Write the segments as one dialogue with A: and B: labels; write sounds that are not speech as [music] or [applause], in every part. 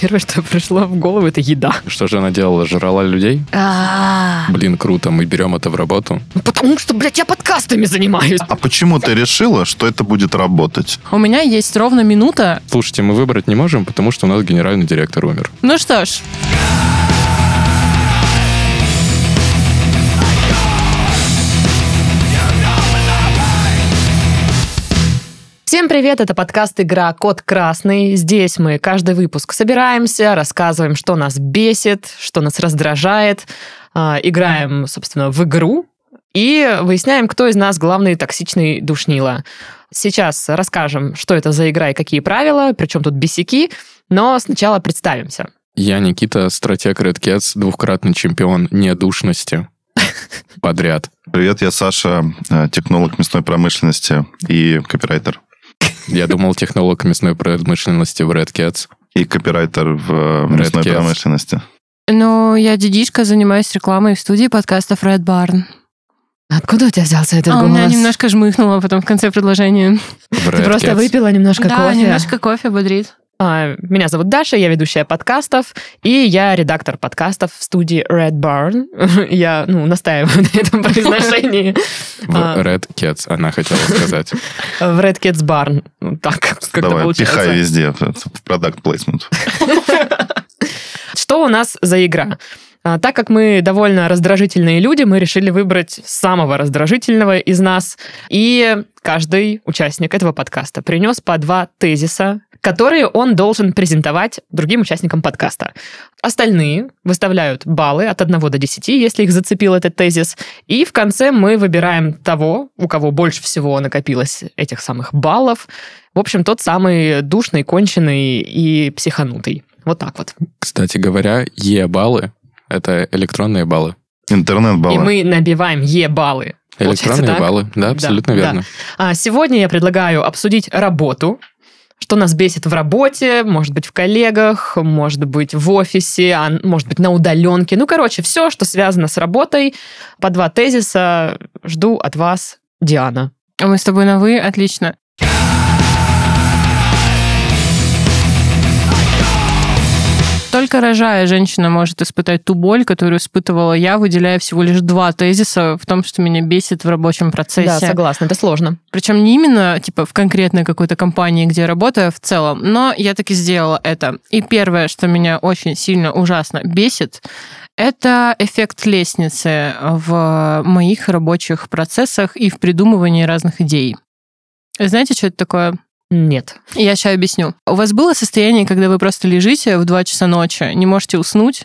A: Первое, что пришло в голову, это еда.
B: Что же она делала? Жрала людей?
A: А,
B: Блин, круто, мы берем это в работу.
A: ну Потому что, блядь, я подкастами занимаюсь.
C: А почему ты решила, что это будет работать?
D: У меня есть ровно минута.
B: Слушайте, мы выбрать не можем, потому что у нас генеральный директор умер.
D: Ну что ж,
A: Всем привет, это подкаст «Игра Код Красный». Здесь мы каждый выпуск собираемся, рассказываем, что нас бесит, что нас раздражает, а, играем, собственно, в игру и выясняем, кто из нас главный токсичный душнила. Сейчас расскажем, что это за игра и какие правила, причем тут бесяки, но сначала представимся.
B: Я Никита, стратег Red Cats, двухкратный чемпион недушности подряд.
C: Привет, я Саша, э, технолог мясной промышленности и копирайтер.
B: Я думал, технолог мясной промышленности в Red Cats.
C: И копирайтер в э, мясной
B: Cats.
C: промышленности.
D: ну, я дедишка, занимаюсь рекламой в студии подкастов Red Barn.
A: Откуда у тебя взялся этот
D: а у
A: голос?
D: меня немножко жмыхнуло потом в конце предложения.
B: В
A: Ты
B: Red
A: просто
B: Cats.
A: выпила немножко
D: да,
A: кофе.
D: немножко кофе бодрит.
A: А, Меня зовут Даша, я ведущая подкастов, и я редактор подкастов в студии Red Barn. [laughs] Я, ну, настаиваю на
C: [laughs]
A: этом произношении.
B: В
A: А.
B: Red Cats, она хотела сказать.
A: В Red Kids Barn. Ну, Так как-то
C: Давай, пихай
A: получается.
C: везде, в в продакт плейсмент.
A: Что у нас за игра? А, Так как мы довольно раздражительные люди, мы решили выбрать самого раздражительного из нас. И каждый участник этого подкаста принес по два тезиса, которые он должен презентовать другим участникам подкаста. Остальные выставляют баллы от 1 до 10, если их зацепил этот тезис. И в конце мы выбираем того, у кого больше всего накопилось этих самых баллов. В общем, тот самый душный, конченый и психанутый. Вот так вот.
B: Кстати говоря, Е-баллы — это электронные баллы.
A: И
C: Интернет-баллы.
A: мы набиваем Е-баллы. Получается
B: Электронные
A: так?
B: баллы, да,
A: Да,
B: абсолютно
A: да.
B: верно.
A: А сегодня я предлагаю обсудить работу. Что нас бесит в работе, может быть, в коллегах, может быть, в офисе, а может быть, на удаленке. Ну, короче, все, что связано с работой. По два тезиса жду от вас, Диана.
D: А мы с тобой на «вы», отлично. Только рожая женщина может испытать ту боль, которую испытывала я, выделяя всего лишь два тезиса в том, что меня бесит в рабочем процессе.
A: Да, согласна, это сложно.
D: Причем не именно типа в конкретной какой-то компании, где я работаю в целом, но я таки сделала это. И первое, что меня очень сильно ужасно бесит, это эффект лестницы в моих рабочих процессах и в придумывании разных идей. Знаете, что это такое?
A: Нет.
D: Я сейчас объясню. У вас было состояние, когда вы просто лежите в 2 часа ночи, не можете уснуть,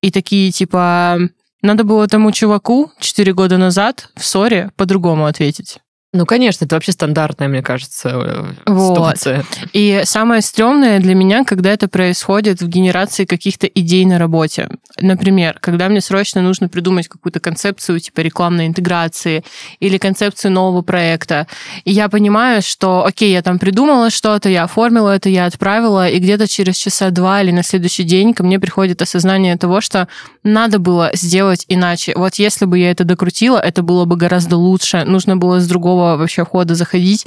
D: и такие типа... Надо было тому чуваку 4 года назад в ссоре по-другому ответить.
A: Ну, конечно, это вообще стандартная, мне кажется, э,
D: Вот.
A: ситуация.
D: И самое стрёмное для меня, когда это происходит в генерации каких-то идей на работе. Например, когда мне срочно нужно придумать какую-то концепцию типа рекламной интеграции или концепцию нового проекта. И я понимаю, что, окей, я там придумала что-то, я оформила это, я отправила, и где-то через часа два или на следующий день ко мне приходит осознание того, что надо было сделать иначе. Вот если бы я это докрутила, это было бы гораздо лучше. Нужно было с другого вообще входа заходить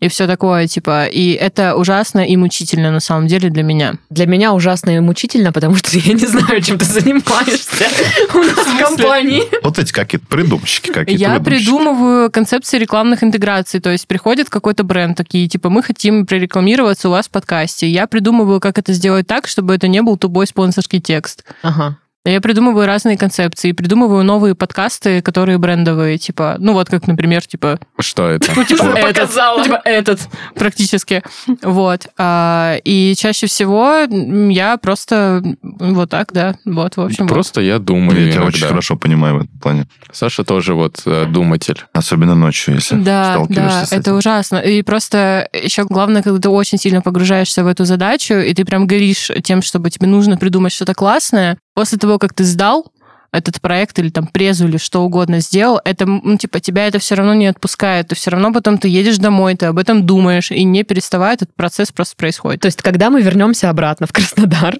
D: и все такое, типа. И это ужасно и мучительно на самом деле для меня.
A: Для меня ужасно и мучительно, потому что я не знаю, чем ты
B: [laughs]
A: занимаешься у нас в компании.
C: Вот эти какие-то придумщики какие-то.
D: Я
C: выдумщики.
D: придумываю концепции рекламных интеграций. То есть приходит какой-то бренд, такие, типа, мы хотим прорекламироваться у вас в подкасте. Я придумываю, как это сделать так, чтобы это не был тупой спонсорский текст.
A: Ага.
D: Я придумываю разные концепции, придумываю новые подкасты, которые брендовые, типа, ну вот как, например, типа,
B: Что это?
D: Ну, типа,
B: Вот.
D: этот,
A: Показала.
D: типа, этот, практически. Вот. А, и чаще всего м, я просто м, вот так, да. Вот, в общем. вот.
B: Просто я думаю
C: Ну, Я тебя очень
B: иногда.
C: хорошо понимаю в этом плане.
B: Саша тоже вот э, думатель.
C: Особенно ночью, если
D: Да,
C: сталкиваешься
D: да,
C: с
D: это
C: этим.
D: ужасно. И просто еще главное, когда ты очень сильно погружаешься в эту задачу, и ты прям горишь тем, чтобы тебе нужно придумать что-то классное. После того, как ты сдал, этот проект или там презу или что угодно сделал, это, ну, типа, тебя это все равно не отпускает. Ты все равно потом ты едешь домой, ты об этом думаешь, и не переставая этот процесс просто происходит.
A: То есть, когда мы вернемся обратно в Краснодар,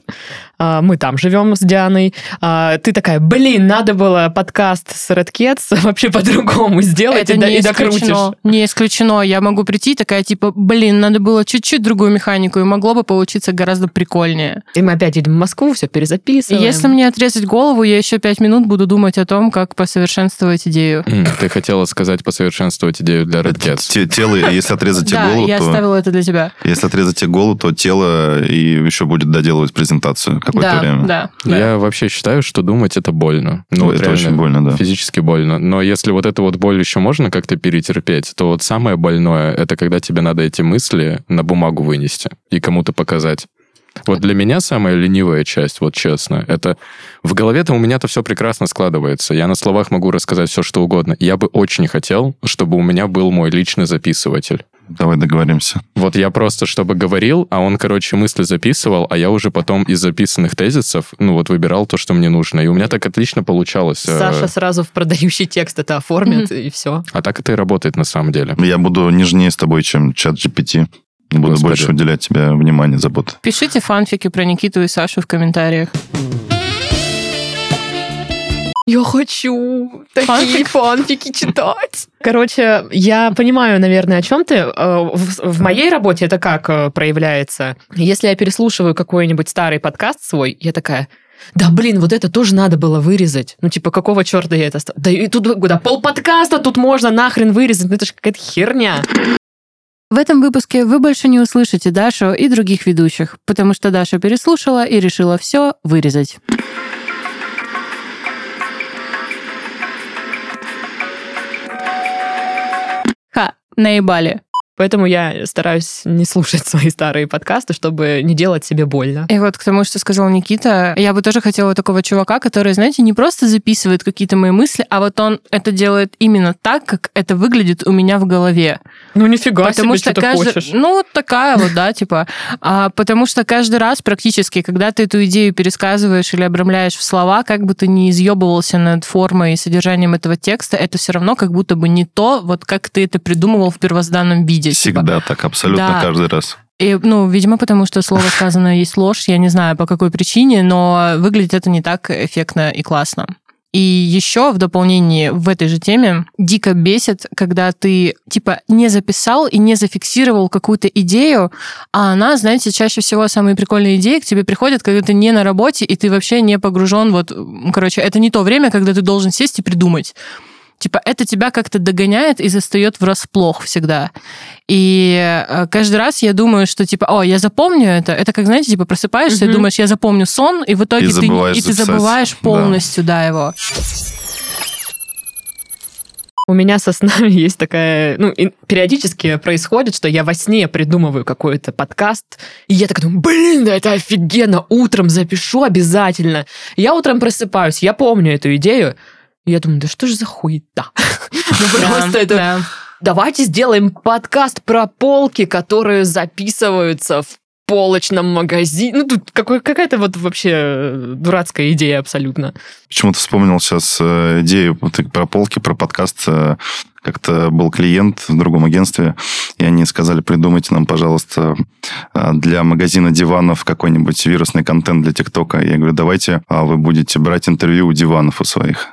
A: а, мы там живем с Дианой, а, ты такая, блин, надо было подкаст с Red Kids [laughs] вообще по-другому сделать
D: это
A: и, до-
D: не
A: и докрутишь.
D: исключено. Не исключено. Я могу прийти и такая, типа, блин, надо было чуть-чуть другую механику, и могло бы получиться гораздо прикольнее.
A: И мы опять едем в Москву, все
D: И
A: перезаписываем.
D: если мне отрезать голову, я еще пять минут буду думать о том, как посовершенствовать идею.
B: М, Ты хотела сказать посовершенствовать идею для Red Cats.
C: Те- Тело, если
D: [laughs]
C: отрезать тебе
D: да,
C: голову,
D: я
C: то...
D: оставила это для тебя.
C: Если отрезать тебе голову, то тело и еще будет доделывать презентацию какое-то
D: Да,
C: время.
D: да, да.
B: Я вообще считаю, что думать это больно. Ну,
C: Ну,
B: вот
C: это
B: реально,
C: очень больно, да.
B: Физически больно. Но если вот эту вот боль еще можно как-то перетерпеть, то вот самое больное это когда тебе надо эти мысли на бумагу вынести и кому-то показать. Вот для меня самая ленивая часть, вот честно, это в голове-то у меня-то все прекрасно складывается. Я на словах могу рассказать все, что угодно. Я бы очень хотел, чтобы у меня был мой личный записыватель.
C: Давай договоримся.
B: Вот я просто, чтобы говорил, а он, короче, мысли записывал, а я уже потом из записанных тезисов, ну вот, выбирал то, что мне нужно. И у меня так отлично получалось. Э,
A: Саша сразу в продающий текст это оформит, и все.
B: А так это и работает на самом деле.
C: Я буду нежнее с тобой, чем чат GPT. Буду
B: Господи.
C: больше уделять тебе внимание, заботы.
D: Пишите фанфики про Никиту и Сашу в комментариях.
A: Я хочу такие
D: Фанфик?
A: фанфики читать. Короче, я понимаю, наверное, о чем ты. Э, В, в моей работе это как э, проявляется? Если я переслушиваю какой-нибудь старый подкаст свой, я такая... Да, блин, вот это тоже надо было вырезать. Ну, типа, какого черта я это... ста- Да и тут да, пол подкаста тут можно нахрен вырезать. Ну, это же какая-то херня.
D: В этом выпуске вы больше не услышите Дашу и других ведущих, потому что Даша переслушала и решила все вырезать. Ха, наебали.
A: Поэтому я стараюсь не слушать [laughs] свои старые подкасты, чтобы не делать себе больно.
D: И вот к тому, что сказал Никита, я бы тоже хотела такого чувака, который, знаете, не просто записывает какие-то мои мысли, а вот он это делает именно так, как это выглядит у меня в голове.
A: Ну, нифига
D: потому что
A: ты
D: каждый, ну вот такая вот, да, типа, А, потому что каждый раз практически, когда ты эту идею пересказываешь или обрамляешь в слова, как бы ты ни изъебывался над формой и содержанием этого текста, это все равно как будто бы не то, вот как ты это придумывал в первозданном виде. типа.
C: Всегда так, абсолютно
D: Да.
C: каждый раз.
D: И, ну, видимо, потому что слово сказанное есть ложь, я не знаю по какой причине, но выглядит это не так эффектно и классно. И еще в дополнении в этой же теме дико бесит, когда ты типа не записал и не зафиксировал какую-то идею, а она, знаете, чаще всего самые прикольные идеи к тебе приходят, когда ты не на работе и ты вообще не погружен. Вот, м, короче, это не то время, когда ты должен сесть и придумать. Типа это тебя как-то догоняет и застает врасплох всегда. И э, каждый раз я думаю, что типа, о, я запомню это. Это как, знаете, типа просыпаешься и
A: Мгм.
D: думаешь, я запомню сон, и в итоге
C: И
D: ты, не-
C: забываешь
D: и ты
C: записать.
D: забываешь
C: Да.
D: полностью, да, его.
A: У меня со снами [laughs] есть такая... Ну, и периодически происходит, что я во сне придумываю какой-то подкаст, и я так думаю, блин, да это офигенно, утром запишу обязательно. Я утром просыпаюсь, я помню эту идею, и я думаю, да что же за хуета? [laughs] Ну, просто
D: Да,
A: это...
D: да.
A: Давайте сделаем подкаст про полки, которые записываются в полочном магазине. Ну, тут какой- какая-то вот вообще э, дурацкая идея абсолютно.
C: Почему-то вспомнил сейчас э, идею вот ты про полки, про подкаст. э, Как-то был клиент в другом агентстве, и они сказали, придумайте нам, пожалуйста, э, для магазина диванов какой-нибудь вирусный контент для ТикТока. Я говорю, давайте а вы будете брать интервью у диванов у своих.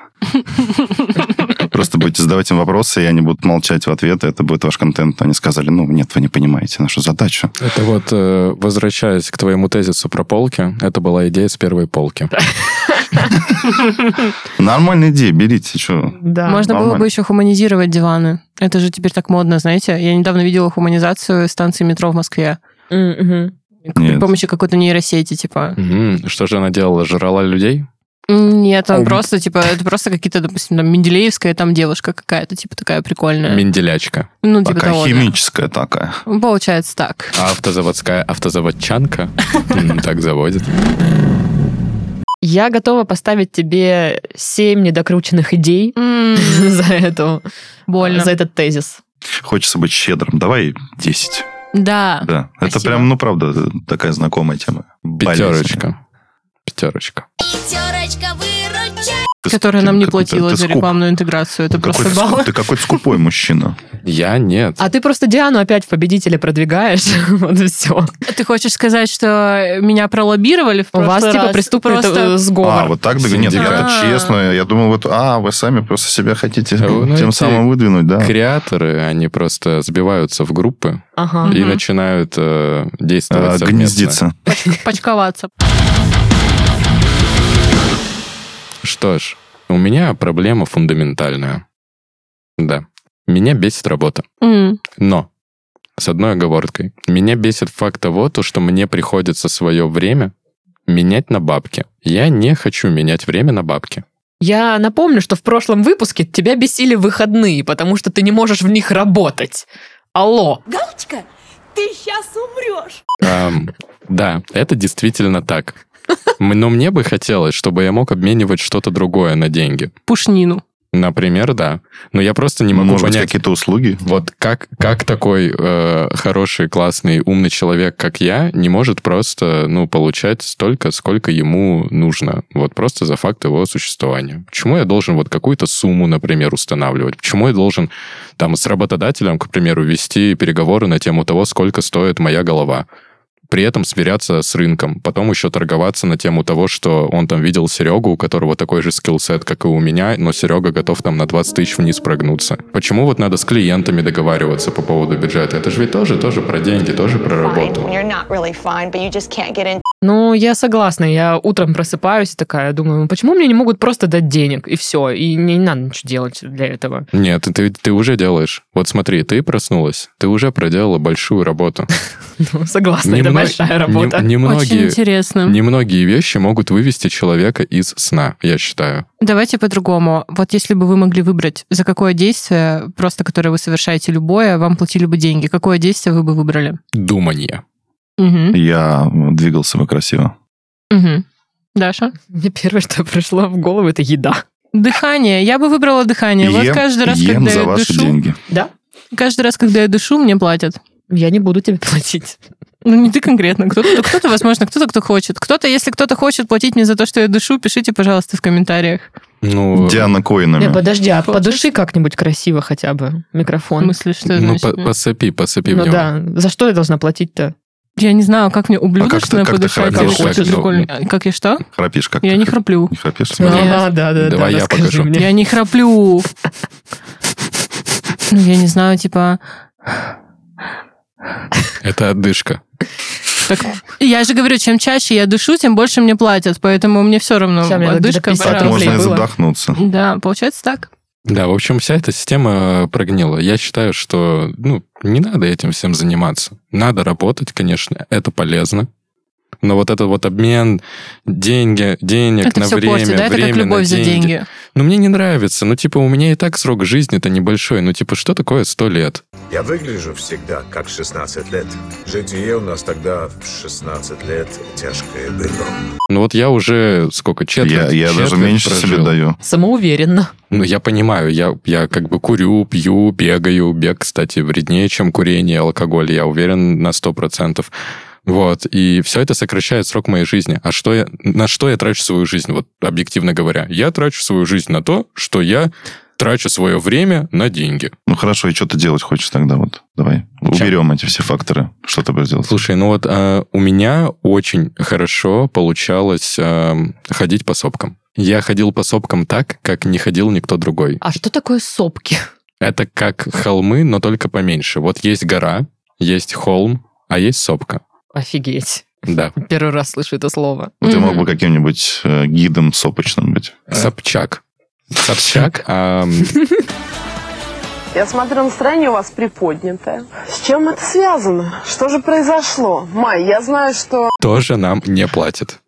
C: Просто будете задавать им вопросы, и они будут молчать в ответ, и это будет ваш контент. Они сказали, ну, нет, вы не понимаете нашу задачу.
B: Это вот, э, возвращаясь к твоему тезису про полки, это была идея с первой полки.
C: Нормальная идея, берите, что...
A: Да.
D: Можно было
C: нормально.
D: бы еще хуманизировать диваны. Это же теперь так модно, знаете. Я недавно видела хуманизацию станции метро в Москве.
A: Мгм.
D: При
C: Нет.
D: помощи какой-то нейросети, типа.
B: Мгм. Что же она делала? Жрала людей?
D: Нет,
C: А
D: там
B: Ум.
D: просто, типа, это просто какие-то, допустим, там, Менделеевская там девушка какая-то, типа, такая прикольная.
B: Менделячка.
D: Ну, типа
C: Такая
D: того, да.
C: химическая такая.
D: Получается так.
B: А автозаводская автозаводчанка М, так заводит.
A: Я готова поставить тебе семь недокрученных идей [laughs]
D: М,
A: за эту,
D: Больно.
A: за этот тезис.
C: Хочется быть щедрым. Давай 10.
D: Да.
C: Да. Это
D: Спасибо.
C: прям, ну, правда, такая знакомая тема. Болезнь.
B: Пятерочка. Пятерочка.
E: Пятерочка выручай.
C: Ты-
D: которая
C: ты
D: нам не
C: какой-то-
D: платила
C: ты Ну,
D: за
C: скуп.
D: рекламную интеграцию. Это
C: Ты
D: просто
C: какой-то
D: баллы.
C: ску- Ты какой-то скупой мужчина.
B: Я нет.
A: А ты просто Диану опять в победителя продвигаешь. [laughs] Вот и все.
D: Ты хочешь сказать, что меня пролоббировали в
A: У
D: прошлый
A: вас типа
D: раз?
A: преступный [laughs]
D: Просто-
A: э,
C: А,
A: сговор.
C: вот так? да? Нет, я
D: Синдикат.
C: так
D: А.
C: честно. Я думал, вот, а, вы сами просто себя хотите
B: А вы, ну,
C: тем
B: эти
C: самым выдвинуть, да?
B: Креаторы, они просто сбиваются в группы
A: Ага.
B: и
D: Мгм.
B: начинают э, действовать
C: А,
B: совместно.
C: Гнездиться.
D: почковаться.
B: Что ж, у меня проблема фундаментальная. Да. Меня бесит работа.
D: М.
B: Но с одной оговоркой. Меня бесит факт того, то, что мне приходится свое время менять на бабки. Я не хочу менять время на бабки.
A: Я напомню, что в прошлом выпуске тебя бесили выходные, потому что ты не можешь в них работать. Алло.
E: Галочка, ты сейчас умрешь.
B: Эм, да, это действительно так. М, Но мне бы хотелось, чтобы я мог обменивать что-то другое на деньги.
D: Пушнину.
B: Например, да. Но я просто не могу
C: Может быть,
B: понять,
C: какие-то услуги?
B: вот как, как такой э, хороший, классный, умный человек, как я, не может просто ну, получать столько, сколько ему нужно. Вот просто за факт его существования. Почему я должен вот какую-то сумму, например, устанавливать? Почему я должен там с работодателем, к примеру, вести переговоры на тему того, сколько стоит моя голова? при этом сверяться с рынком, потом еще торговаться на тему того, что он там видел Серегу, у которого такой же скиллсет, как и у меня, но Серега готов там на 20 тысяч вниз прогнуться. Почему вот надо с клиентами договариваться по поводу бюджета? Это же ведь тоже, тоже про деньги, тоже про работу.
F: fine. You're not really fine, but you just can't get in
A: Ну, я согласна. Я утром просыпаюсь и такая думаю, «Ну, почему мне не могут просто дать денег? И все. И мне не надо ничего делать для этого. [laughs]
B: Нет, ты, ты уже делаешь. Вот смотри, ты проснулась, ты уже проделала большую работу.
A: Ну, согласна, это
B: Немно-
A: большая работа.
B: нем-
D: Очень
B: немногие-
D: интересно.
B: Немногие вещи могут вывести человека из сна, я считаю.
D: Давайте по-другому. Вот если бы вы могли выбрать, за какое действие, просто которое вы совершаете любое, вам платили бы деньги, какое действие вы бы выбрали?
B: Думание.
D: Мгм.
C: Я двигался бы красиво.
D: Мгм. Даша?
A: Мне первое, что пришло в голову, это еда.
D: Дыхание. Я бы выбрала дыхание. вот
C: Ем-
D: каждый раз,
C: ем
D: когда
C: за
D: я
C: ваши
D: дышу,
C: деньги.
A: Да?
D: каждый раз, когда я дышу, мне платят.
A: Я не буду тебе платить.
D: Ну, не ты конкретно. Кто-то, кто-то, возможно, кто-то, кто хочет. Кто-то, если кто-то хочет платить мне за то, что я дышу, пишите, пожалуйста, в комментариях.
B: Ну,
C: Диана
A: Не,
C: Коинами.
A: подожди, а
D: Получается-
A: подыши как-нибудь красиво хотя бы.
D: В
A: Микрофон.
D: смысле, что
B: ну
D: значит?
B: по- посопи, посопи в
A: Ну
B: него.
A: да, за что я должна платить-то?
D: Я не знаю, как мне ублюдочно
C: как ты
D: подышать.
C: храпишь,
D: или
B: как
D: хочешь
B: ты-
D: другой- А, Как я что?
C: Храпишь как
D: Я
C: ты?
D: не храплю.
C: Не храпишь?
D: Нет.
C: Смотри.
A: Ага, да, да,
B: Давай
A: да,
B: я
A: расскажи
B: покажу.
A: мне.
D: Я не храплю. Ну, я не знаю, типа...
B: Это отдышка.
D: так- Я же говорю, чем чаще я дышу, тем больше мне платят, поэтому мне все равно.
A: Сейчас мне надо
D: Отдышка,
A: где-то
C: Так
A: пятьдесят
D: пожалуйста.
C: можно и
A: было.
C: задохнуться.
D: Да, получается так.
B: Да, в общем, вся эта система э, прогнила. Я считаю, что ну, не надо этим всем заниматься. Надо работать, конечно, это полезно. Но вот этот вот обмен деньги, денег
D: Это
B: на
D: все
B: время,
D: портит, да? Это
B: время
D: как
B: на
D: любовь за деньги.
B: Ну, мне не нравится. Ну, типа, у меня и так срок жизни-то небольшой. Ну, типа, что такое 100 лет?
G: Я выгляжу всегда как 16 лет. Житие у нас тогда в 16 лет тяжкое было.
B: Ну, вот я уже сколько, четверть?
C: Я, я даже
B: четверть
C: меньше себе
B: прожил.
C: даю.
A: Самоуверенно.
B: Ну, я понимаю, я, я как бы курю, пью, бегаю. Бег, кстати, вреднее, чем курение, алкоголь, я уверен на 100%. Вот, и все это сокращает срок моей жизни. А что я, на что я трачу свою жизнь, вот объективно говоря? Я трачу свою жизнь на то, что я трачу свое время на деньги.
C: Ну хорошо, и что ты делать хочешь тогда? Вот давай. Уберем эти все факторы. Что ты будешь делать?
B: Слушай, ну вот э, у меня очень хорошо получалось э, ходить по сопкам. Я ходил по сопкам так, как не ходил никто другой.
A: А что такое сопки? [laughs]
B: Это как холмы, но только поменьше. Вот есть гора, есть холм, а есть сопка.
A: Офигеть.
B: Да.
A: Первый раз слышу это слово.
C: Ну, Ты
D: Мгм.
C: мог бы каким-нибудь э, гидом сопочным быть.
B: Собчак. Собчак. ам,
H: Я смотрю, настроение у вас приподнятое. С чем это связано? Что же произошло? Май, я знаю, что
B: тоже нам не платит.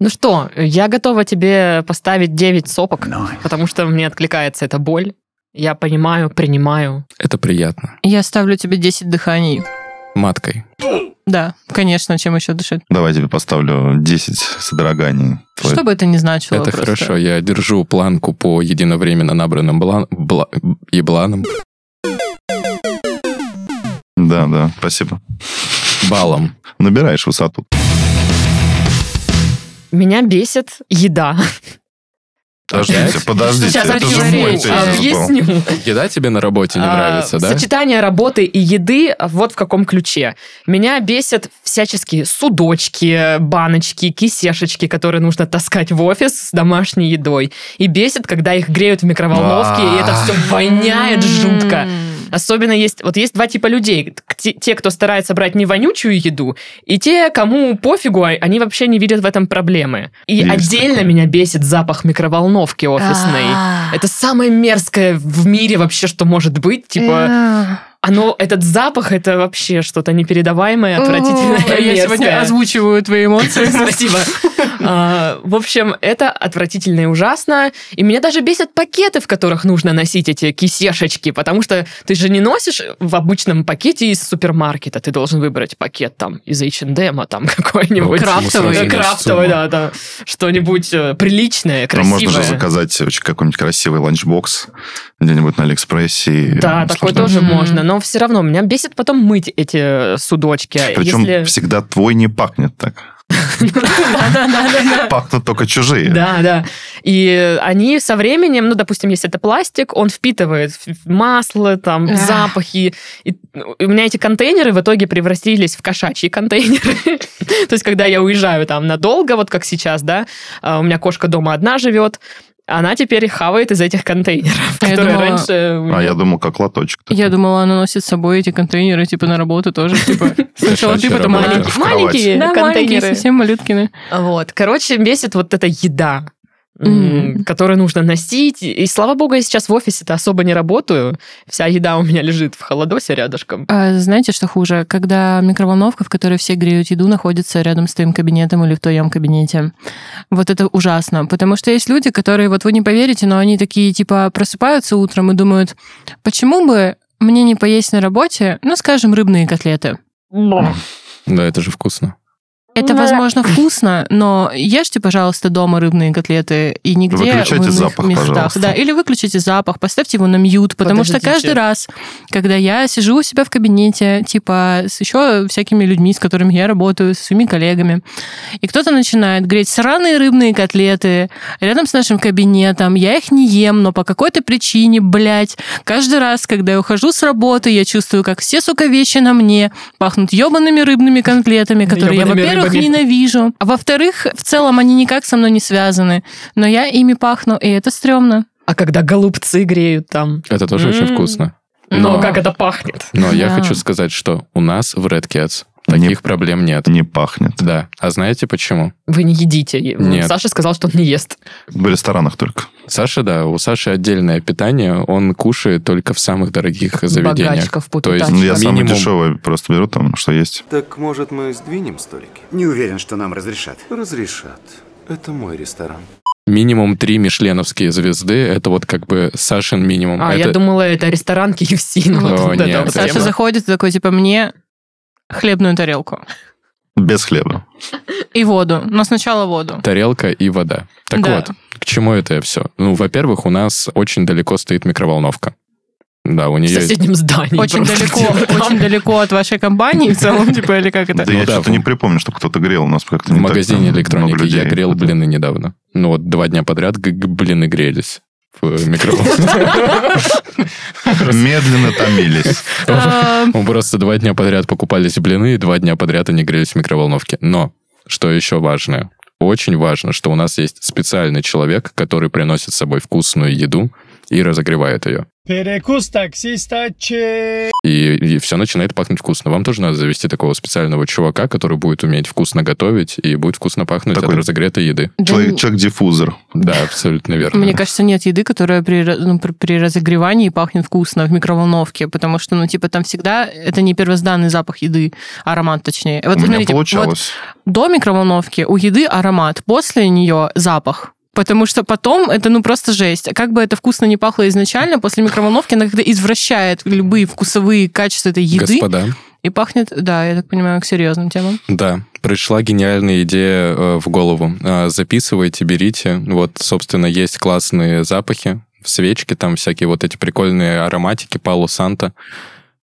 A: Ну что, я готова тебе поставить 9 сопок, потому что мне откликается эта боль. Я понимаю, принимаю.
B: Это приятно.
D: Я ставлю тебе 10 дыханий.
B: Маткой.
D: Да, конечно, чем еще дышать.
C: Давай я тебе поставлю 10 содроганий. Твой-
D: Что бы это ни значило.
B: Это
D: просто.
B: хорошо. Я держу планку по единовременно набранным блан... бла- ебланам.
C: Да, да, спасибо.
B: Баллам.
C: Набираешь высоту.
A: Меня бесит еда.
C: Подождите,
B: Опять?
C: подождите.
D: Сейчас
C: это же мой
D: противоречит.
C: тезис был.
A: а Объясню.
B: Еда тебе на работе не
A: А,
B: нравится, да?
A: Сочетание работы и еды вот в каком ключе. Меня бесят всяческие судочки, баночки, кисешечки, которые нужно таскать в офис с домашней едой. И бесит, когда их греют в микроволновке, и это все
B: А.
A: воняет жутко. Особенно есть, вот есть два типа людей. К- Те, те, кто старается брать не вонючую еду, и те, кому пофигу, а- они вообще не видят в этом проблемы. И
C: Есть
A: отдельно
C: такое.
A: меня бесит запах микроволновки офисной.
D: А.
A: Это самое мерзкое в мире вообще, что может быть. Типа,
D: Э.
A: оно, этот запах, это вообще что-то непередаваемое, отвратительное.
D: Э, Я
A: мерзкое.
D: сегодня озвучиваю твои эмоции.
A: Спасибо. А, В общем, это отвратительно и ужасно. И меня даже бесят пакеты, в которых нужно носить эти кисешечки, потому что ты же не носишь в обычном пакете из супермаркета. Ты должен выбрать пакет там из H&M, там какой-нибудь.
B: Вот почему
D: крафтовый.
B: сразу
A: Э,
B: не
A: Крафтовый,
B: с ума.
A: да, да. Что-нибудь э, приличное,
C: Ну,
A: красивое.
C: можно же заказать очень какой-нибудь красивый ланчбокс где-нибудь на Алиэкспрессе. и
A: Да, такое
C: наслаждаться.
A: тоже
D: Мгм.
A: можно, но все равно меня бесит потом мыть эти э, судочки.
C: Причем
A: если...
C: всегда твой не пахнет так.
A: [laughs]
C: Пахнут только чужие.
A: Да, да. И они со временем, ну, допустим, если это пластик, он впитывает в- в масло, там, в
D: Эх.
A: запахи. И ну, у меня эти контейнеры в итоге превратились в кошачьи контейнеры. [laughs] То есть, когда я уезжаю там надолго, вот как сейчас, да, а, у меня кошка дома одна живет, она теперь хавает из этих контейнеров,
D: Я
A: которые
D: думала-
A: раньше... у
C: А
A: меня-
C: я думал, как лоточек.
D: Я думала, она носит с собой эти контейнеры, типа, на работу тоже, [laughs] типа, сначала ты,
B: Кошачья
D: потом
B: работа.
D: маленький.
C: в кровать.
A: маленькие
D: Да, маленькие,
A: контейнеры.
D: совсем малюткины.
A: Вот, короче, бесит вот эта еда, м,
D: Мгм.
A: которую нужно носить. И, слава богу, я сейчас в офисе-то особо не работаю. Вся еда у меня [laughs] лежит в холодосе рядышком.
D: А знаете, что хуже? Когда микроволновка, в которой все греют еду, находится рядом с твоим кабинетом или в твоем кабинете. Вот это ужасно. Потому что есть люди, которые, вот вы не поверите, но они такие, типа, просыпаются утром и думают, почему бы мне не поесть на работе, ну, скажем, рыбные котлеты.
B: Да, это же вкусно.
D: Это, возможно, вкусно, но ешьте, пожалуйста, дома рыбные котлеты и нигде
C: Выключайте
D: в иных
C: запах,
D: местах.
C: пожалуйста.
D: Да, или выключите запах, поставьте его на мьют, потому что
A: Подождите.
D: каждый раз, когда я сижу у себя в кабинете, типа с еще всякими людьми, с которыми я работаю, с своими коллегами, и кто-то начинает греть сраные рыбные котлеты рядом с нашим кабинетом, я их не ем, но по какой-то причине, блядь, каждый раз, когда я ухожу с работы, я чувствую, как все, сука, вещи на мне пахнут ебаными рыбными конфетами, которые я,
A: Ёбаными рыбами.
D: во-первых, ненавижу, а во-вторых, в целом они никак со мной не связаны, но я ими пахну, и это стрёмно.
A: А когда голубцы греют там.
B: Это тоже очень
A: М.
B: вкусно.
A: Но,
B: Но-
A: как это пахнет.
B: Но я
D: Да.
B: хочу сказать, что у нас в Red Cats
C: Не-
B: таких проблем нет.
C: Не пахнет.
B: Да. А знаете почему?
A: Вы не едите. И-
B: Нет.
A: Саша сказал, что он не ест.
C: В ресторанах только.
B: Саша, да, у Саши отдельное питание, он кушает только в самых дорогих заведениях.
A: Богачков,
B: То есть
A: путутачков.
C: Ну, я самый
B: минимум.
C: дешевый просто беру там, что есть.
I: Так, может, мы сдвинем столики?
J: Не уверен, что нам разрешат.
I: Разрешат. Это мой ресторан.
B: Минимум три мишленовские звезды, это вот как бы Сашин минимум.
A: А, я
B: ну, Это-
A: думала, это ресторан KFC. Ну, вот,
B: О,
A: вот это
B: нет.
A: вот
D: Саша
A: тема.
D: заходит и такой, типа, мне хлебную тарелку
C: Без хлеба.
D: и воду, но сначала воду.
B: тарелка и вода. Так
D: Да.
B: вот, к чему это я все? Ну, во-первых, у нас очень далеко стоит микроволновка. Да, у
A: в
B: нее...
A: соседнем здании.
D: Очень
A: просто
D: далеко,
A: где-то там.
D: очень далеко от вашей компании в целом, типа, или как
C: Да,
B: Ну
D: это?
C: я
B: да,
C: что-то
B: в-
C: не припомню, чтобы кто-то грел у нас как-то
B: В
C: не так
B: магазине
C: там
B: электроники
C: много людей.
B: я грел
C: [laughs]
B: блины недавно. Ну вот два дня подряд г- г- блины грелись в микроволновке.
C: Медленно томились.
D: А,
B: Мы просто два дня подряд покупались блины, и два дня подряд они грелись в микроволновке. Но, что еще важное, очень важно, что у нас есть специальный человек, который приносит с собой вкусную еду и разогревает ее.
K: Перекус таксиста че...
B: И, все начинает пахнуть вкусно. Вам тоже надо завести такого специального чувака, который будет уметь вкусно готовить и будет вкусно пахнуть от
C: Такой.
B: разогретой еды.
D: [laughs] да
C: Человек- Человек-диффузор.
B: Да, абсолютно верно.
D: Мне кажется, нет еды, которая при, раз- ну, при- при разогревании пахнет вкусно в микроволновке, потому что, ну, типа, там всегда это не первозданный запах еды, аромат точнее. Вот
C: У меня
D: смотрите, вот
C: получалось.
D: до микроволновки у еды аромат, после нее запах. Потому что потом это, ну, просто жесть. Как бы это вкусно не пахло изначально, после микроволновки она как-то извращает любые вкусовые качества этой еды.
B: Господа,
D: И пахнет, да, я так понимаю, к серьезным темам.
B: да, пришла гениальная идея э, в голову. Э, записывайте, берите. Вот, собственно, есть классные запахи, свечки, там всякие вот эти прикольные ароматики Пало Санта.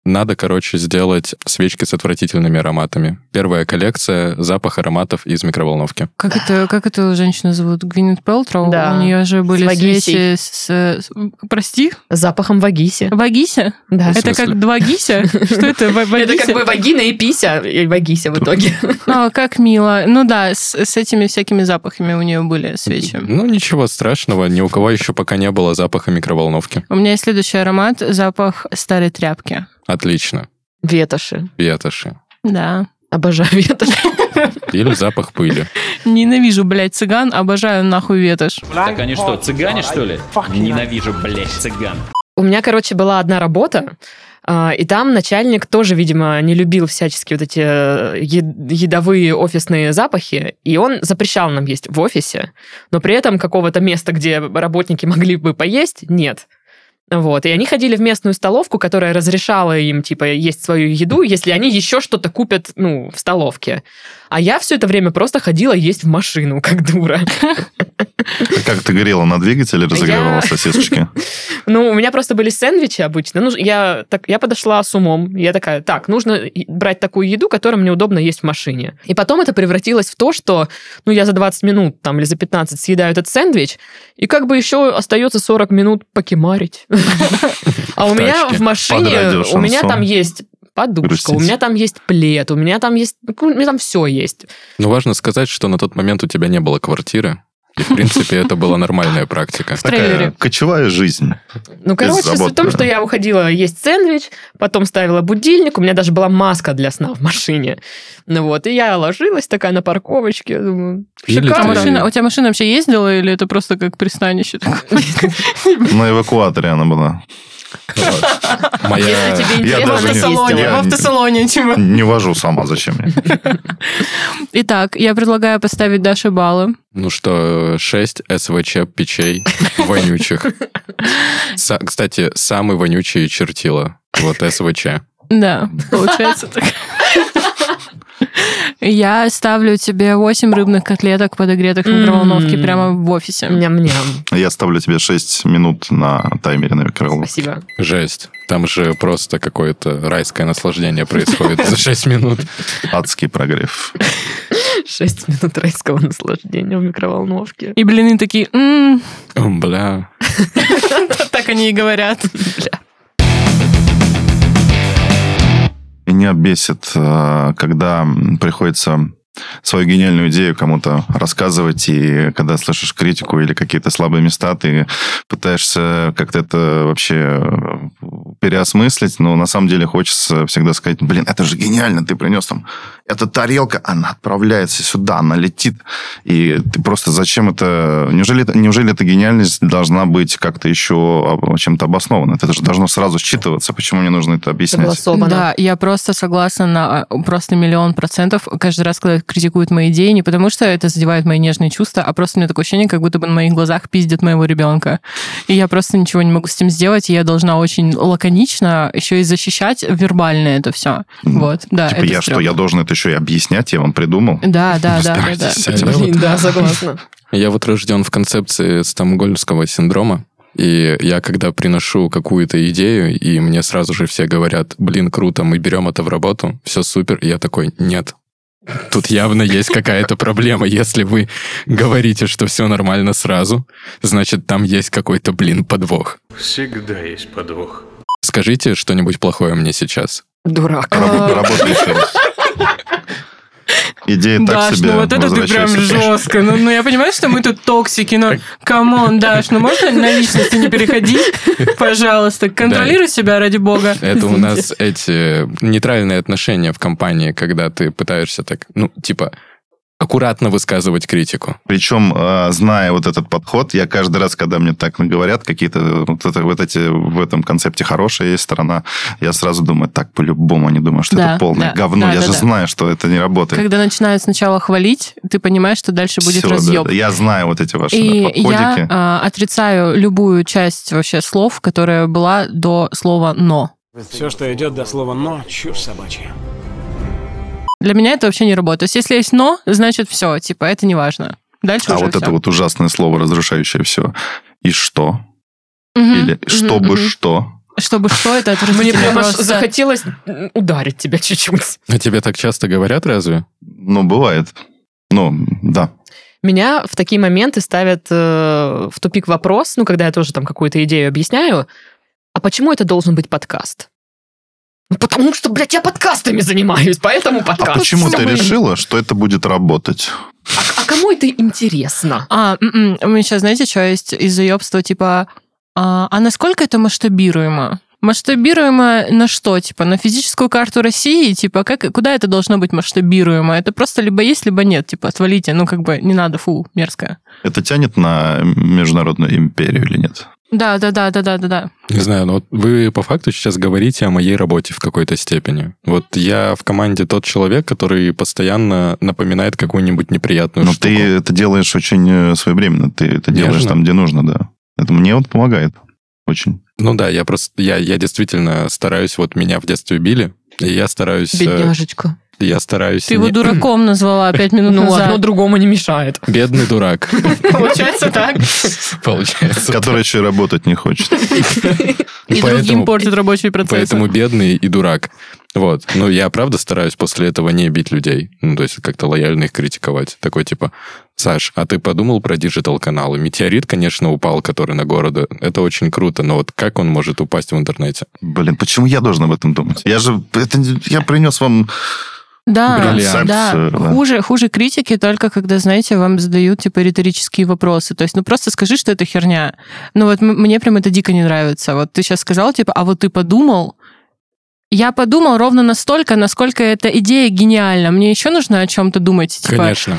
B: Надо, короче, сделать свечки с отвратительными ароматами. Первая коллекция — запах ароматов из микроволновки.
D: Как это, как эту женщину зовут? Гвинет Пелтроу?
A: Да.
D: У нее же были
A: Вагисей.
D: свечи с... с- Прости?
A: [laughs] С запахом вагиси.
D: Вагися?
A: Да.
B: В
D: Это
B: смысле?
D: как два гися? Что это? ва-
A: Это как
D: вагися?
A: бы вагина и пися, и вагися в итоге.
D: [laughs] А, как мило. Ну да, с, с этими всякими запахами у нее были свечи.
B: Ну, ничего страшного, ни у кого еще пока не было запаха микроволновки.
D: У меня есть следующий аромат – запах старой тряпки.
B: Отлично.
A: Ветоши.
B: Ветоши.
D: Да.
A: Обожаю ветоши.
B: Или запах пыли.
D: Ненавижу, блядь, цыган, обожаю нахуй ветошь.
J: Так они что, цыгане, что ли? Ненавижу, блядь, цыган.
A: У меня, короче, была одна работа, а, и там начальник тоже, видимо, не любил всяческие вот эти э, ед- едовые офисные запахи, и он запрещал нам есть в офисе, но при этом какого-то места, где работники могли бы поесть, нет. Вот. И они ходили в местную столовку, которая разрешала им, типа, есть свою еду, если они еще что-то купят, ну, в столовке. А я все это время просто ходила есть в машину, как дура.
C: Как ты горела на двигателе, разогревала
D: [laughs]
A: Я-
C: сосисочки?
A: Ну, у меня просто были сэндвичи обычно. Ну, я, так, я подошла с умом. Я такая, так, нужно и- брать такую еду, которую мне удобно есть в машине. И потом это превратилось в то, что, ну, я за 20 минут там или за 15 съедаю этот сэндвич, и как бы еще остается 40 минут покемарить. А у
B: В
A: меня
B: тачке.
A: в машине,
C: Под радио
A: у меня
C: шансон.
A: там есть подушка,
C: Грустить.
A: у меня там есть плед, у меня там есть... ну, У меня там все есть.
B: Но важно сказать, что на тот момент у тебя не было квартиры. И, в принципе, это была нормальная практика.
C: Такая
D: трейлере.
C: кочевая жизнь.
A: Ну, короче, суть в
C: Беззаботная.
A: том, что я уходила есть сэндвич, потом ставила будильник, у меня даже была маска для сна в машине. Ну вот, и я ложилась такая на парковочке, думаю,
B: Или
D: А
B: ты-
D: машина, у тебя машина вообще ездила или это просто как пристанище? такое?
C: На эвакуаторе она была.
B: Моя...
A: А если тебе
C: А я
A: интересно,
C: даже
A: ты
C: не-
A: съездила.
C: я-
D: В автосалоне, типа.
C: Не вожу сама, зачем мне?
D: Итак, я предлагаю поставить Даше баллы.
B: Ну что, 6 СВЧ печей вонючих. Са- Кстати, самый вонючий чертила. Вот СВЧ.
D: [laughs] Да, получается так. Я ставлю тебе 8 рыбных котлеток, подогретых в
A: М.
D: микроволновке прямо в офисе.
A: Ням-ням.
C: Я ставлю тебе 6 минут на таймере на микроволновке.
A: Спасибо.
B: Жесть. Там же просто какое-то райское наслаждение происходит за 6 минут.
C: Адский прогрев.
A: Шесть минут райского наслаждения в микроволновке.
D: И блины такие, «М,
B: М, Бля.
D: так они и говорят.
C: Меня бесит, э, когда м, приходится свою гениальную идею кому-то рассказывать, и когда слышишь критику или какие-то слабые места, ты пытаешься как-то это вообще э, переосмыслить, но на самом деле хочется всегда сказать, блин, это же гениально, ты принес там, эта тарелка, она отправляется сюда, она летит, и ты просто зачем это, неужели, это- неужели эта гениальность должна быть как-то еще об- чем-то обоснована? Это же должно сразу считываться, почему мне нужно это объяснять?
A: Согласовано.
D: Да, я просто согласна на э, просто миллион процентов. Каждый раз, когда критикуют мои идеи, не потому что это задевает мои нежные чувства, а просто у меня такое ощущение, как будто бы на моих глазах пиздят моего ребенка. И я просто ничего не могу с этим сделать, и я должна очень лаконично еще и защищать вербально это все.
C: Мгм.
D: Вот, да.
C: Типа,
D: А это
C: я что,
D: стрёмно.
C: я должен это еще и объяснять, я вам придумал?
D: Да, да, да, да, да.
B: Разбирайтесь с этим.
A: Блин, да, согласна.
B: Я вот рожден в концепции стамгольского синдрома. И я, когда приношу какую-то идею, и мне сразу же все говорят, блин, круто, мы берем это в работу, все супер, и я такой, нет. Тут явно есть какая-то проблема. Если вы говорите, что все нормально сразу, значит, там есть какой-то, блин, подвох.
I: Всегда есть подвох.
B: Скажите что-нибудь плохое мне сейчас.
A: Дурак.
C: Раб- Работай еще раз. Идея так
D: Даш,
C: себе.
D: ну вот это ты прям
C: возвращайся.
D: жестко. Ну, ну я понимаю, что мы тут токсики, но камон, Даш, ну можно на личности не переходить? Пожалуйста, контролируй себя, ради бога.
B: Это у нас эти нейтральные отношения в компании, когда ты пытаешься так, ну, типа, аккуратно высказывать критику.
C: Причем, э, зная вот этот подход, я каждый раз, когда мне так говорят, какие-то вот, это, вот эти в этом концепте хорошая есть сторона, я сразу думаю, так по-любому они думают, что
D: Да,
C: это полное
D: да,
C: говно.
D: да,
C: я
D: да,
C: же
D: да.
C: знаю, что это не работает.
D: Когда начинают сначала хвалить, ты понимаешь, что дальше будет
C: Всё, да,
D: разъеб.
C: да. Я знаю вот эти ваши
D: И
C: да,
D: я
C: подходики. А
D: э, отрицаю любую часть вообще слов, которая была до слова «но».
K: Все, что идет до слова «но», чушь собачья.
D: Для меня это вообще не работает. То есть, если есть «но», значит все, типа, это не важно. Дальше
C: А
D: уже
C: вот
D: всё.
C: это вот ужасное слово, разрушающее все. И что?
D: Мгм,
C: Или
D: мгм,
C: чтобы
D: мгм.
C: что?
D: Чтобы что, это
A: Мне
D: отвратительно
A: прямо аж
D: просто.
A: захотелось м, ударить тебя чуть-чуть.
B: А тебе так часто говорят, разве?
C: Ну, бывает. Ну, да.
A: Меня в такие моменты ставят э, в тупик вопрос, ну, когда я тоже там какую-то идею объясняю, а почему это должен быть подкаст? Ну, потому что, блядь, я подкастами занимаюсь, поэтому подкаст.
C: А почему ты
A: Всё, блин.
C: решила, что это будет работать?
A: А кому это интересно?
D: А, м-м, у меня сейчас, знаете, что есть из заебства, типа, а, а насколько это масштабируемо? Масштабируемо на что? Типа, на физическую карту России? Типа, как, куда это должно быть масштабируемо? Это просто либо есть, либо нет. Типа, отвалите, ну, как бы, не надо, фу, мерзко.
C: Это тянет на международную империю или нет?
D: Да, да, да, да, да, да, да.
B: Не знаю, но вот вы по факту сейчас говорите о моей работе в какой-то степени. Вот я в команде тот человек, который постоянно напоминает какую-нибудь неприятную
C: Но
B: штуку.
C: Ну, ты это делаешь очень э, своевременно. Ты это делаешь
B: Ну, Нежно.
C: там, где нужно, да. Это мне вот помогает очень.
B: Ну да, я просто, я, я действительно стараюсь, вот меня в детстве били, и я стараюсь... э,
A: Бедняжечка.
B: Я стараюсь...
D: Ты его
B: не-
D: дураком назвала пять минут
A: Ну,
D: назад.
A: одно другому не мешает.
B: Бедный
D: [laughs]
B: дурак,
A: [laughs] Получается так.
B: получается.
C: Который еще и работать не хочет.
B: [laughs]
D: И другим
B: Поэтому-
D: портит рабочий процесс.
B: Поэтому бедный и дурак. Вот. Но я правда стараюсь после этого не бить людей. Ну, то есть как-то лояльно их критиковать. Такой типа, Саш, а ты подумал про диджитал-каналы? Метеорит, конечно, упал, который на городу. Это очень круто, но вот как он может упасть в интернете?
C: Блин, почему я должен об этом думать? Я же... это не- я принес вам...
D: Да,
C: Бриллиант.
D: да.
C: Концепцию, да.
D: Хуже, хуже критики только, когда, знаете, вам задают, типа, риторические вопросы. То есть, ну, просто скажи, что это херня. Ну, вот м- мне прям это дико не нравится. Вот ты сейчас сказал, типа, а вот ты подумал? Я подумал ровно настолько, насколько эта идея гениальна. Мне еще нужно о чем-то думать. Типа,
B: Конечно.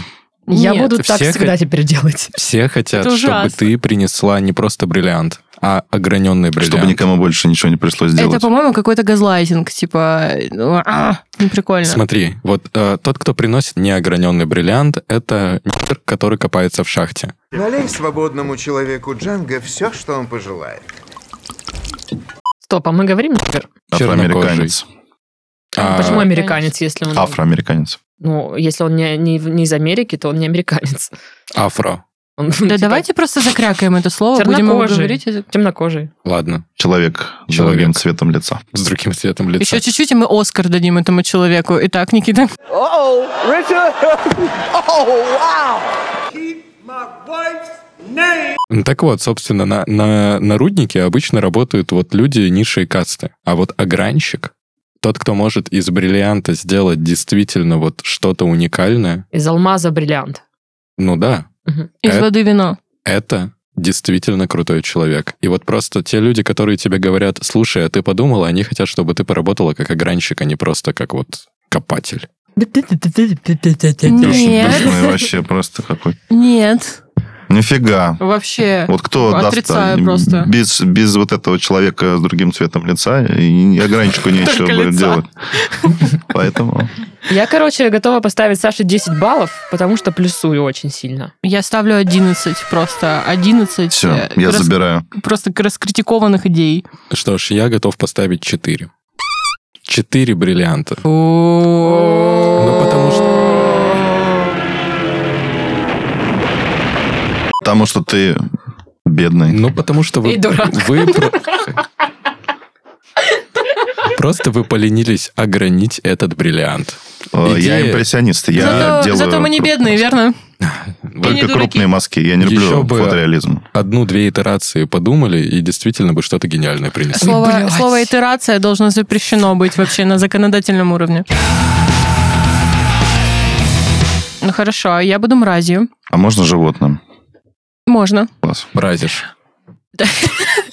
A: Я
D: нет.
A: буду так
B: всех
A: всегда
B: это-
A: теперь делать.
B: Все хотят,
D: Это
B: чтобы
D: ужасно.
B: ты принесла не просто бриллиант, а ограненный бриллиант.
C: Чтобы никому больше ничего не пришлось
D: Это,
C: делать.
D: по-моему, какой-то газлайтинг. Типа, ну, а, не прикольно.
B: Смотри, вот э, тот, кто приносит неограненный бриллиант, это н***р, который копается в шахте.
L: Налей свободному человеку Джанго все, что он пожелает.
A: Стоп, а мы говорим, например,
C: Афроамериканец.
B: А,
A: почему американец, если он...
C: Афроамериканец.
A: Ну, если он не, не, не из Америки, то он не американец.
B: Афро.
A: Он,
D: Да
A: типа,
D: давайте просто закрякаем это слово, будем его
A: Чернокожий.
D: говорить.
A: Темнокожий.
B: Ладно,
C: Человек с
B: Человек.
C: другим цветом лица.
B: с другим цветом лица.
D: Еще чуть-чуть, и мы Оскар дадим этому человеку. Итак, Никита.
B: Ну, Так вот, собственно, на, на, на руднике обычно работают вот люди низшей касты. А вот огранщик, тот, кто может из бриллианта сделать действительно вот что-то уникальное,
A: Из алмаза бриллиант.
B: ну да,
A: Мгм.
D: Из
B: Э.
D: воды вино.
B: это действительно крутой человек. И вот просто те люди, которые тебе говорят, слушай, а ты подумала, они хотят, чтобы ты поработала как огранщик, а не просто как вот копатель.
C: Очень
D: Нет,
C: душный вообще просто какой.
D: нет,
C: Нифига.
D: вообще.
C: Вот кто даст
D: Э? Отрицаю
C: а,
D: просто.
C: без, без вот этого человека с другим цветом лица, и, и
D: [laughs]
C: ограничку нечего
A: Только
C: будет
A: лица.
C: делать. Поэтому
A: Я, короче, готова поставить Саше 10 баллов, потому что плюсую очень сильно.
D: Я ставлю 11 просто. 11
C: все,
D: э,
C: я
D: рас-
C: забираю.
D: просто раскритикованных идей.
B: Что ж, я готов поставить 4. Четыре бриллианта. Ну, потому что...
C: Потому что ты бедный.
B: Ну, потому что вы...
A: И дурак.
B: вы про- Просто вы поленились огранить этот бриллиант.
C: Э, Я
B: идея-
C: импрессионист. Я
D: зато,
C: делаю
D: зато мы не бедные, верно? не
C: Только
D: дураки.
C: крупные мазки. Я не люблю
B: Еще бы.
C: фотореализм.
B: Одну-две итерации подумали и действительно бы что-то гениальное принесли.
D: Слово,
A: блядь.
D: слово итерация должно запрещено быть вообще на законодательном уровне. Ну хорошо, я буду мразью.
C: А можно животным?
D: Можно.
C: Класс.
B: Бразишь.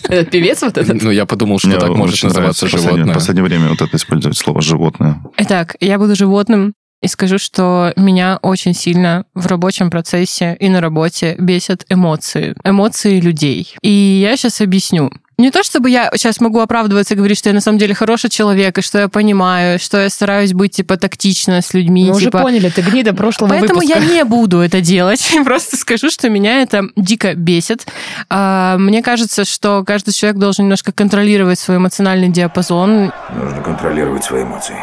A: Этот певец вот этот?
B: Ну, я подумал, что
C: Мне
B: так может
C: очень
B: называться
C: нравится последнее-
B: животное.
C: В последнее время вот это использовать слово «животное».
D: Итак, я буду животным и скажу, что меня очень сильно в рабочем процессе и на работе бесят эмоции. Эмоции людей. И я сейчас объясню. Не то чтобы я сейчас могу оправдываться и говорить, что я на самом деле хороший человек, и что я понимаю, что я стараюсь быть типа тактично с людьми.
A: Мы Ну, уже
D: типа,
A: поняли, ты гнида прошлого
D: Поэтому
A: выпуска.
D: я не буду это делать. [laughs] Просто скажу, что меня это дико бесит. А, Мне кажется, что каждый человек должен немножко контролировать свой эмоциональный диапазон.
I: Нужно контролировать свои эмоции.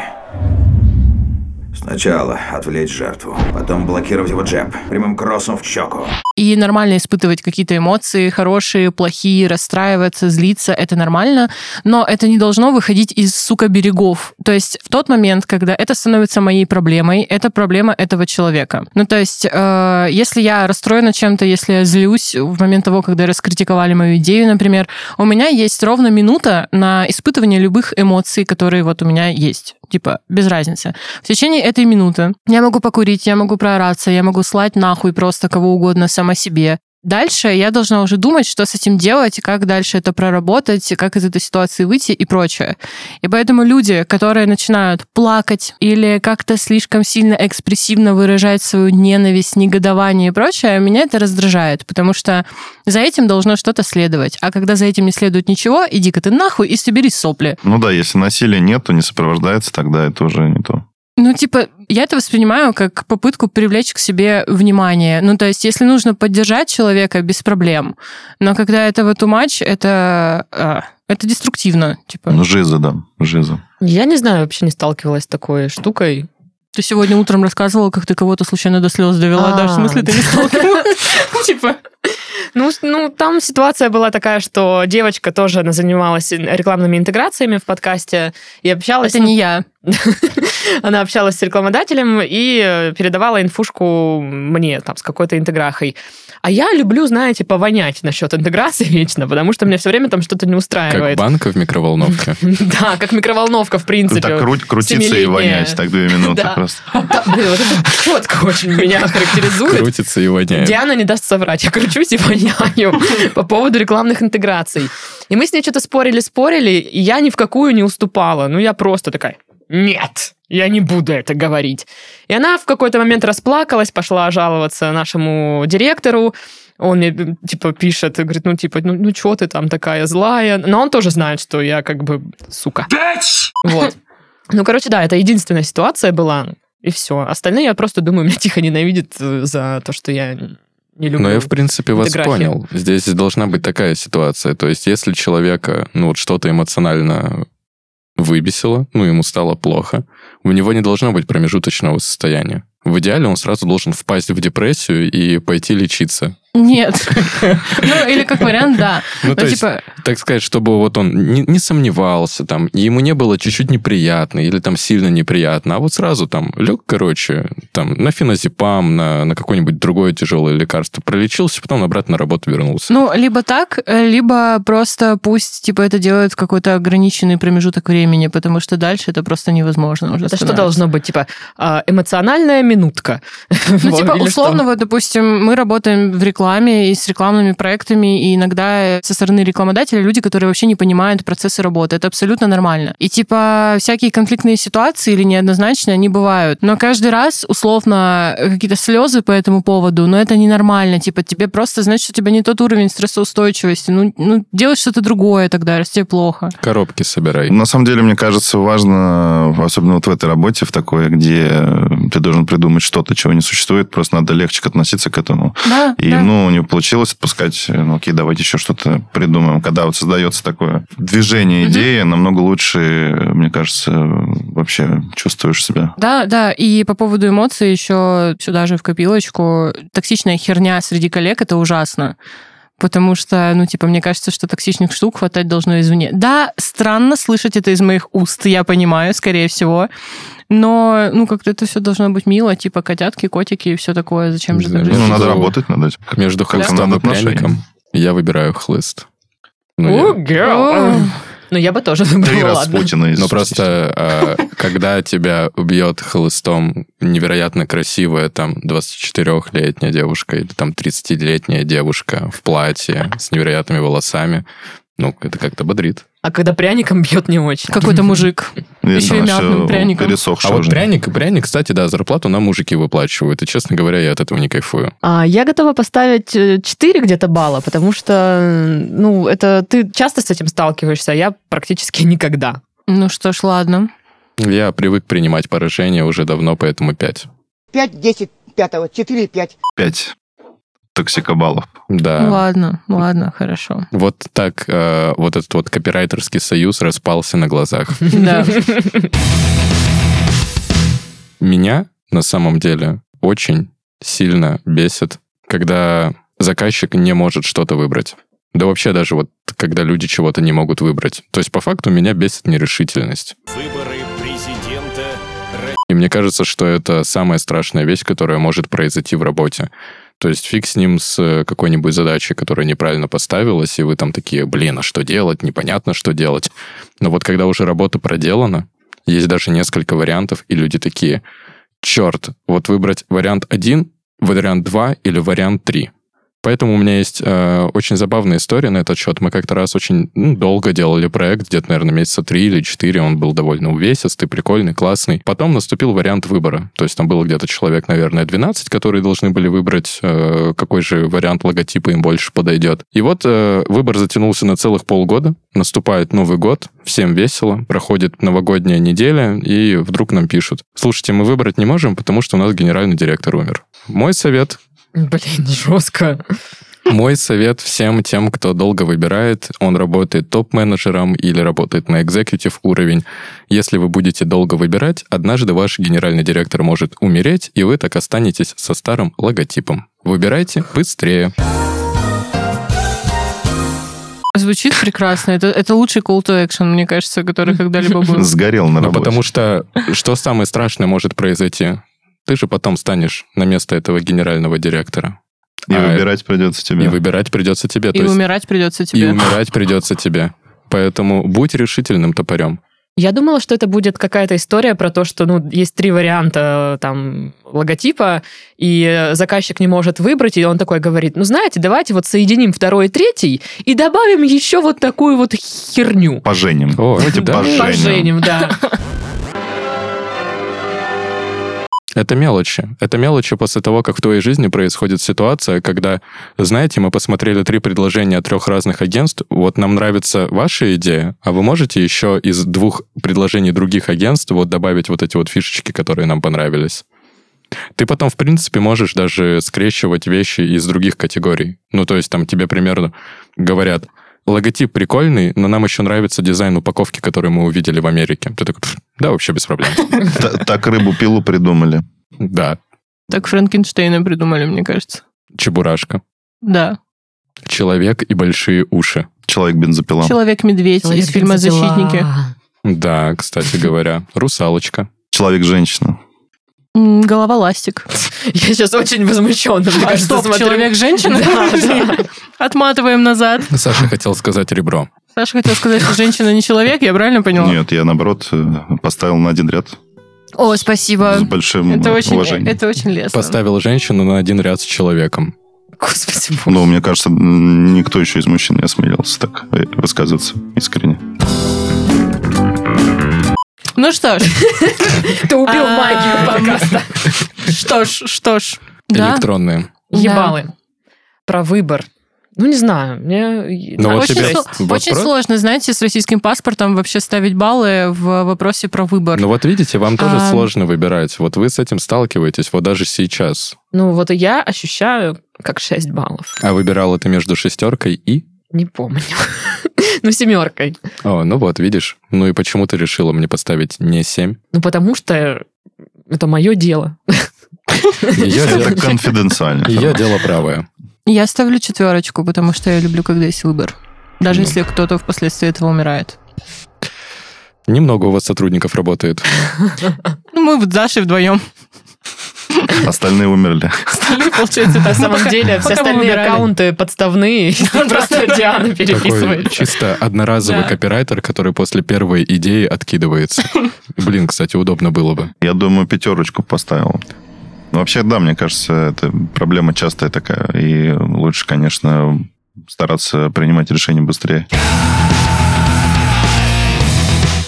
M: Сначала отвлечь жертву, потом блокировать его джеб прямым кроссом в щеку.
D: И нормально испытывать какие-то эмоции, хорошие, плохие, расстраиваться, злиться, это нормально, но это не должно выходить из, сука, берегов. То есть в тот момент, когда это становится моей проблемой, это проблема этого человека. Ну, то есть, э, если я расстроена чем-то, если я злюсь в момент того, когда раскритиковали мою идею, например, у меня есть ровно минута на испытывание любых эмоций, которые вот у меня есть типа, без разницы. В течение этой минуты я могу покурить, я могу проораться, я могу слать нахуй просто кого угодно сама себе. Дальше я должна уже думать, что с этим делать, как дальше это проработать, как из этой ситуации выйти и прочее. И поэтому люди, которые начинают плакать или как-то слишком сильно экспрессивно выражать свою ненависть, негодование и прочее, меня это раздражает, потому что за этим должно что-то следовать. А когда за этим не следует ничего, иди-ка ты нахуй и собери сопли.
C: Ну да, если насилия нет, то не сопровождается, тогда это уже не то.
D: Ну, типа, я это воспринимаю как попытку привлечь к себе внимание. Ну, то есть, если нужно поддержать человека, без проблем. Но когда это вот матч, это, а, это деструктивно. Типа.
C: Ну, жиза, да, жиза.
A: Я не знаю, вообще не сталкивалась с такой штукой.
D: Ты сегодня утром рассказывала, как ты кого-то случайно до слез довела.
B: А.
D: Да, в смысле ты не
A: [laughs]
D: сталкивалась?
A: Типа... Ну, ну, там ситуация была такая, что девочка тоже она занималась рекламными интеграциями в подкасте и общалась.
D: Это не я.
A: Она общалась с рекламодателем и э, передавала инфушку мне там с какой-то интеграхой. А я люблю, знаете, повонять насчет интеграции вечно, потому что меня все время там что-то не устраивает.
B: Как банка в микроволновке.
A: [laughs] Да, как микроволновка, в принципе.
C: Так крутиться и вонять, так
A: [laughs]
C: две минуты просто.
A: Блин, вот эта [laughs] четко очень меня характеризует.
B: Крутится и воняет.
A: Диана не даст соврать. Я кручусь и воняю [laughs] по поводу рекламных интеграций. И мы с ней что-то спорили-спорили, и я ни в какую не уступала. Ну, я просто такая, нет, я не буду это говорить. И она в какой-то момент расплакалась, пошла жаловаться нашему директору. Он мне, типа, пишет, говорит, ну, типа, ну, ну чё ты там такая злая? Но он тоже знает, что я как бы сука.
K: Bitch!
A: Вот. Ну, короче, да, это единственная ситуация была, и все. Остальные, я просто думаю, меня тихо ненавидит за то, что я не люблю.
B: Но Ну, я, в принципе, вас понял. Здесь должна быть такая ситуация. То есть, если человека, ну, вот что-то эмоционально выбесило, ну, ему стало плохо, у него не должно быть промежуточного состояния. В идеале он сразу должен впасть в депрессию и пойти лечиться.
D: Нет.
B: [laughs]
D: Ну, или как вариант, да. типа,
B: Ну, то есть, так сказать, чтобы вот он не, не сомневался, там, и ему не было чуть-чуть неприятно или там сильно неприятно, а вот сразу там лег, короче, там, на феназепам, на, на какое-нибудь другое тяжелое лекарство, пролечился, потом обратно на работу вернулся.
D: Ну, либо так, либо просто пусть, типа, это делают какой-то ограниченный промежуток времени, потому что дальше это просто невозможно уже
A: Это что должно быть, типа, эмоциональная минутка?
D: Ну, типа, условно, вот, допустим, мы работаем в рекламе, рекламе и с рекламными проектами, и иногда э, со стороны рекламодателя люди, которые вообще не понимают процессы работы. Это абсолютно нормально. И типа всякие конфликтные ситуации или неоднозначные, они бывают. Но каждый раз, условно, какие-то слезы по этому поводу, но это ненормально. Типа тебе просто, значит, у тебя не тот уровень стрессоустойчивости. Ну, ну делай что-то другое тогда, раз тебе плохо.
B: Коробки собирай.
C: На самом деле, мне кажется, важно, особенно вот в этой работе, в такой, где ты должен придумать что-то, чего не существует, просто надо легче относиться к этому.
D: Да,
C: и
D: да
C: ну, не получилось отпускать, ну, окей, давайте еще что-то придумаем. Когда вот создается такое движение идеи, mm-hmm. намного лучше, мне кажется, вообще чувствуешь себя.
D: Да, да, и по поводу эмоций еще сюда же в копилочку. Токсичная херня среди коллег – это ужасно. Потому что, ну, типа, мне кажется, что токсичных штук хватать должно извне. Да, странно слышать это из моих уст, я понимаю, скорее всего. Но, ну, как-то это все должно быть мило, типа котятки, котики и все такое. Зачем
C: не
D: же
C: знаю,
D: это?
C: Ну, надо работать над этим.
B: Между хлыстом и пряником я выбираю хлыст.
A: Ну, oh, я... girl. Ну, я бы тоже выбрала,
C: Три раз
A: ладно.
C: Путина.
B: Но Ну, просто, э, когда тебя бьет хлыстом невероятно красивая там 24-летняя девушка или там 30-летняя девушка в платье с невероятными волосами, ну, это как-то бодрит.
A: А когда пряником бьет, не очень.
D: Какой-то мужик. Еще и мятным пряником.
B: А вот пряник, пряник, кстати, да, зарплату нам мужики выплачивают. И, честно говоря, я от этого не кайфую.
A: А, я готова поставить 4 где-то балла, потому что, ну, это ты часто с этим сталкиваешься, а я практически никогда.
D: Ну что ж, ладно.
B: Я привык принимать поражение уже давно, поэтому 5.
N: 5, 10, 5, 4, 5.
C: 5 токсикобалов.
B: Да.
D: Ладно, ладно, хорошо.
B: Вот так э, вот этот вот копирайтерский союз распался на глазах.
D: Да.
B: Меня на самом деле очень сильно бесит, когда заказчик не может что-то выбрать. Да вообще даже вот когда люди чего-то не могут выбрать. То есть по факту меня бесит нерешительность.
O: Выборы президента
B: И мне кажется, что это самая страшная вещь, которая может произойти в работе. То есть фиг с ним с какой-нибудь задачей, которая неправильно поставилась, и вы там такие, блин, а что делать, непонятно, что делать. Но вот когда уже работа проделана, есть даже несколько вариантов, и люди такие, черт, вот выбрать вариант 1, вариант 2 или вариант 3. Поэтому у меня есть э, очень забавная история на этот счет. Мы как-то раз очень ну, долго делали проект, где-то, наверное, месяца три или четыре. Он был довольно увесистый, прикольный, классный. Потом наступил вариант выбора. То есть там было где-то человек, наверное, 12, которые должны были выбрать, э, какой же вариант логотипа им больше подойдет. И вот э, выбор затянулся на целых полгода. Наступает Новый год, всем весело, проходит новогодняя неделя, и вдруг нам пишут, слушайте, мы выбрать не можем, потому что у нас генеральный директор умер. Мой совет
A: [laughs] Блин, жестко.
B: Мой совет всем тем, кто долго выбирает, он работает топ-менеджером или работает на экзекутив уровень. Если вы будете долго выбирать, однажды ваш генеральный директор может умереть, и вы так останетесь со старым логотипом. Выбирайте быстрее.
D: Звучит прекрасно. Это, это лучший call to action, мне кажется, который когда-либо
B: [laughs]
D: был.
C: Сгорел на
B: Ну,
C: работе.
B: потому что что самое страшное может произойти? Ты же потом станешь на место этого генерального директора.
C: И
B: А,
C: выбирать придется тебе.
B: И выбирать придется тебе.
D: И
B: То есть
D: умирать придется тебе.
B: И умирать придется тебе. Поэтому будь решительным топорем.
A: Я думала, что это будет какая-то история про то, что ну, есть три варианта э, там логотипа, и заказчик не может выбрать, и он такой говорит, ну, знаете, давайте вот соединим второй и третий и добавим еще вот такую вот херню.
C: Поженим.
B: О,
C: Давайте
B: да.
C: поженим.
A: Поженим, да.
B: Это мелочи. Это мелочи после того, как в твоей жизни происходит ситуация, когда, знаете, мы посмотрели три предложения от трех разных агентств, вот нам нравится ваша идея, а вы можете еще из двух предложений других агентств вот добавить вот эти вот фишечки, которые нам понравились. Ты потом, в принципе, можешь даже скрещивать вещи из других категорий. Ну, то есть там тебе примерно говорят, логотип прикольный, но нам еще нравится дизайн упаковки, который мы увидели в Америке. Ты такой, «Пф, да, вообще без проблем. [laughs]
C: Т- Так рыбу пилу придумали.
B: Да,
D: Так Франкенштейна придумали, мне кажется.
B: чебурашка.
D: Да.
B: Человек и большие уши.
C: Человек бензопила.
D: Человек-медведь из фильма «Защитники».
B: Да,
D: [laughs]
B: кстати говоря. Русалочка.
C: Человек-женщина.
D: М, Голова ластик.
A: Я сейчас очень возмущенно, мне
D: А
A: кажется,
D: стоп,
A: смотрю.
D: человек-женщина? [laughs]
A: Да, да.
D: Отматываем назад.
B: Саша хотел сказать ребро.
D: Саша хотел сказать, что женщина не человек, я правильно поняла?
C: Нет, я наоборот э, поставил на один ряд
D: О, спасибо.
C: с большим
D: А, Это
C: э,
D: очень,
C: уважением.
D: это очень лестно.
B: Поставил женщину на один ряд с человеком.
A: Господи,
C: Ну, мне кажется, м, никто еще из мужчин не осмелился так э, высказываться искренне.
D: Ну что ж.
A: Ты убил
D: А,
A: магию подкаста.
D: Что ж, что ж. Да.
B: Электронные.
A: Ебалы. Про выбор. Ну, не знаю. Мне...
B: Ну, вот
D: очень
B: тебе
D: сло-
B: вопрос?
D: очень сложно, знаете, с российским паспортом вообще ставить баллы в вопросе про выбор.
B: Ну вот видите, вам тоже
D: А.
B: сложно выбирать. Вот вы с этим сталкиваетесь, вот даже сейчас.
A: Ну, вот я ощущаю как 6 баллов.
B: А выбирала ты между шестеркой и...
A: Не помню. [laughs] Ну, семеркой.
B: О, ну вот, видишь. Ну и почему ты решила мне поставить не
D: [laughs]
B: семь?
A: Ну, потому что это мое дело. [laughs]
B: Ее
C: Это
B: дело-
C: конфиденциально.
B: ее дело правое.
D: Я ставлю четверочку, потому что я люблю, когда есть выбор. Даже если кто-то впоследствии этого умирает.
B: Немного у вас сотрудников работает.
D: Ну, мы вот с Дашей вдвоем.
C: Остальные умерли.
D: Остальные, получается,
A: На самом
D: пока-
A: деле, все
D: пока мы
A: остальные
D: умирали.
A: аккаунты подставные. [laughs] и Просто Диана
B: Такой
A: переписывает.
B: чисто одноразовый
D: Да.
B: копирайтер, который после первой
A: [laughs]
B: идеи откидывается. Блин, кстати, удобно было бы.
C: Я думаю, пятерочку поставил. Ну, Вообще, да, мне кажется, это проблема частая такая. И лучше, конечно, стараться принимать решения быстрее.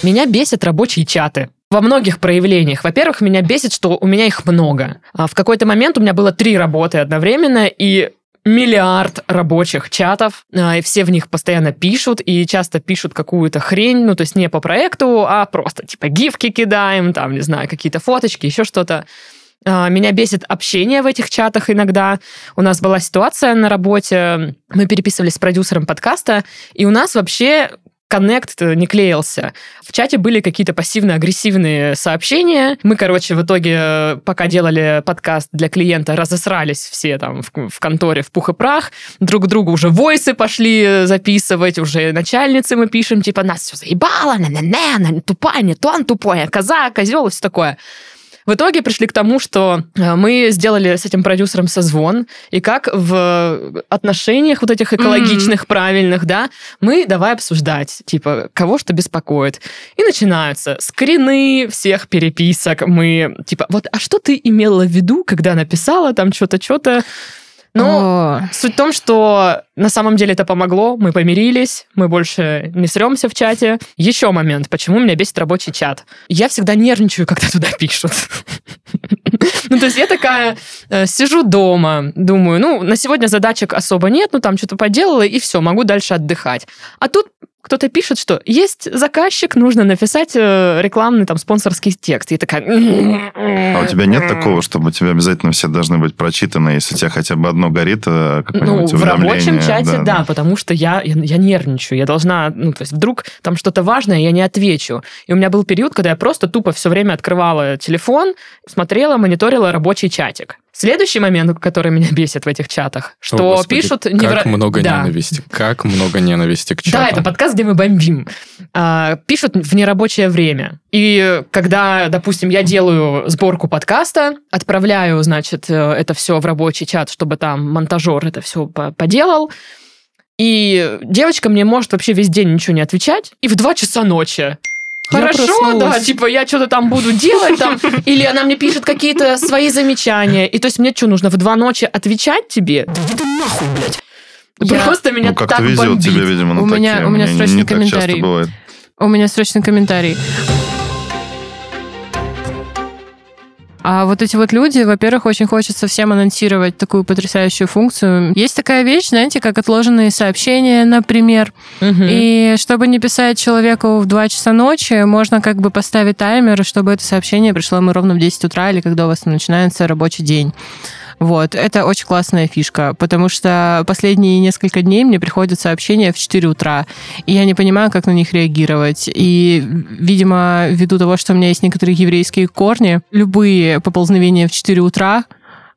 A: Меня бесят рабочие чаты во многих проявлениях. Во-первых, меня бесит, что у меня их много. А В какой-то момент у меня было три работы одновременно, и миллиард рабочих чатов, а, и все в них постоянно пишут, и часто пишут какую-то хрень, ну, то есть не по проекту, а просто, типа, гифки кидаем, там, не знаю, какие-то фоточки, еще что-то. А, Меня бесит общение в этих чатах иногда. У нас была ситуация на работе, мы переписывались с продюсером подкаста, и у нас вообще коннект не клеился. В чате были какие-то пассивно-агрессивные сообщения. Мы, короче, в итоге, э, пока делали подкаст для клиента, разосрались все там в, в конторе в пух и прах. Друг другу уже войсы пошли э, записывать, уже начальницы мы пишем, типа, нас все заебало, на на на на тупая, не тон тупая, а коза, козел и все такое. В итоге пришли к тому, что э, мы сделали с этим продюсером созвон, и как в отношениях вот этих экологичных, mm-hmm. правильных, да, мы давай обсуждать, типа, кого что беспокоит. И начинаются скрины всех переписок. Мы, типа, вот, а что ты имела в виду, когда написала там что-то, что-то?
D: А.
A: Но О. суть в том, что на самом деле это помогло, мы помирились, мы больше не сремся в чате. Еще момент, почему меня бесит рабочий чат. Я всегда нервничаю, когда [laughs] туда пишут. Ну, то есть я такая э, сижу дома, думаю, ну, на сегодня задачек особо нет, ну, там что-то поделала, и все, могу дальше отдыхать. А тут кто-то пишет, что есть заказчик, нужно написать э, рекламный там спонсорский текст. И такая... «М-м-м».
C: А у тебя нет такого, чтобы у тебя обязательно все должны быть прочитаны, если у тебя хотя бы одно горит, э,
A: ну, в рабочем чате, да, да, да, а потому что я, я, я нервничаю, я должна, ну, то есть вдруг там что-то важное, я не отвечу. И у меня был период, когда я просто тупо все время открывала телефон, смотрела, мониторила рабочий чатик. Следующий момент, который меня [laughs] бесит в этих чатах, что
B: О, Господи,
A: пишут...
B: Невро... Как много да. ненависти. Как много ненависти к чатам.
A: Да, это подкаст, где мы бомбим. А, пишут в нерабочее время. И когда, допустим, я делаю сборку подкаста, отправляю, значит, э, это все в рабочий чат, чтобы там монтажер это все поделал, и девочка мне может вообще весь день ничего не отвечать, и в 2 часа ночи Хорошо, да, типа я что-то там буду делать, там, или она мне пишет какие-то свои замечания. И то есть мне что, нужно в два ночи отвечать тебе? Да иди ты нахуй, блядь.
C: Я...
A: Просто меня
C: ну, как
A: так
C: везет
A: бомбит.
C: тебе, видимо, на
D: у
C: такие.
D: меня, у меня
C: не-
D: срочный
C: не так часто
D: комментарий.
C: бывает.
D: У меня срочный комментарий. А вот эти вот люди, во-первых, очень хочется всем анонсировать такую потрясающую функцию. Есть такая вещь, знаете, как отложенные сообщения, например.
A: Мгм.
D: И чтобы не писать человеку в 2 часа ночи, можно как бы поставить таймер, чтобы это сообщение пришло ему ровно в 10 утра или когда у вас там начинается рабочий день. Вот, это очень классная фишка, потому что последние несколько дней мне приходят сообщения в 4 утра, и я не понимаю, как на них реагировать. И, видимо, ввиду того, что у меня есть некоторые еврейские корни, любые поползновения в 4 утра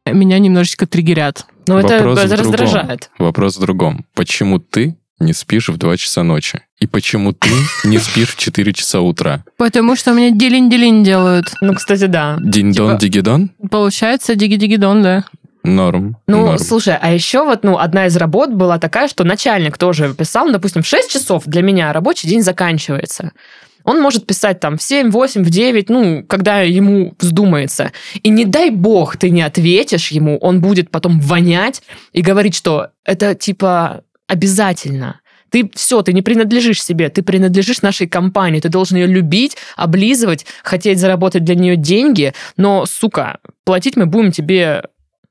D: меня немножечко триггерят.
A: Но ну, это,
B: Вопрос
A: это
B: в другом.
A: раздражает.
B: Вопрос в другом. Почему ты не спишь в 2 часа ночи? И почему ты не спишь в 4 часа утра?
D: Потому что у меня делин-делин делают.
A: Ну, кстати, да. Типа-
B: Динь-дон, дигидон?
D: Получается диги-диги-дон, да.
B: Норм.
A: Ну,
B: норм.
A: слушай, а еще вот, ну, одна из работ была такая, что начальник тоже писал, ну, допустим, в 6 часов для меня рабочий день заканчивается. Он может писать там в 7, 8, в 9, ну, когда ему вздумается. И не дай бог ты не ответишь ему, он будет потом вонять и говорить, что это типа обязательно. Ты все, ты не принадлежишь себе, ты принадлежишь нашей компании, ты должен ее любить, облизывать, хотеть заработать для нее деньги, но, сука, платить мы будем тебе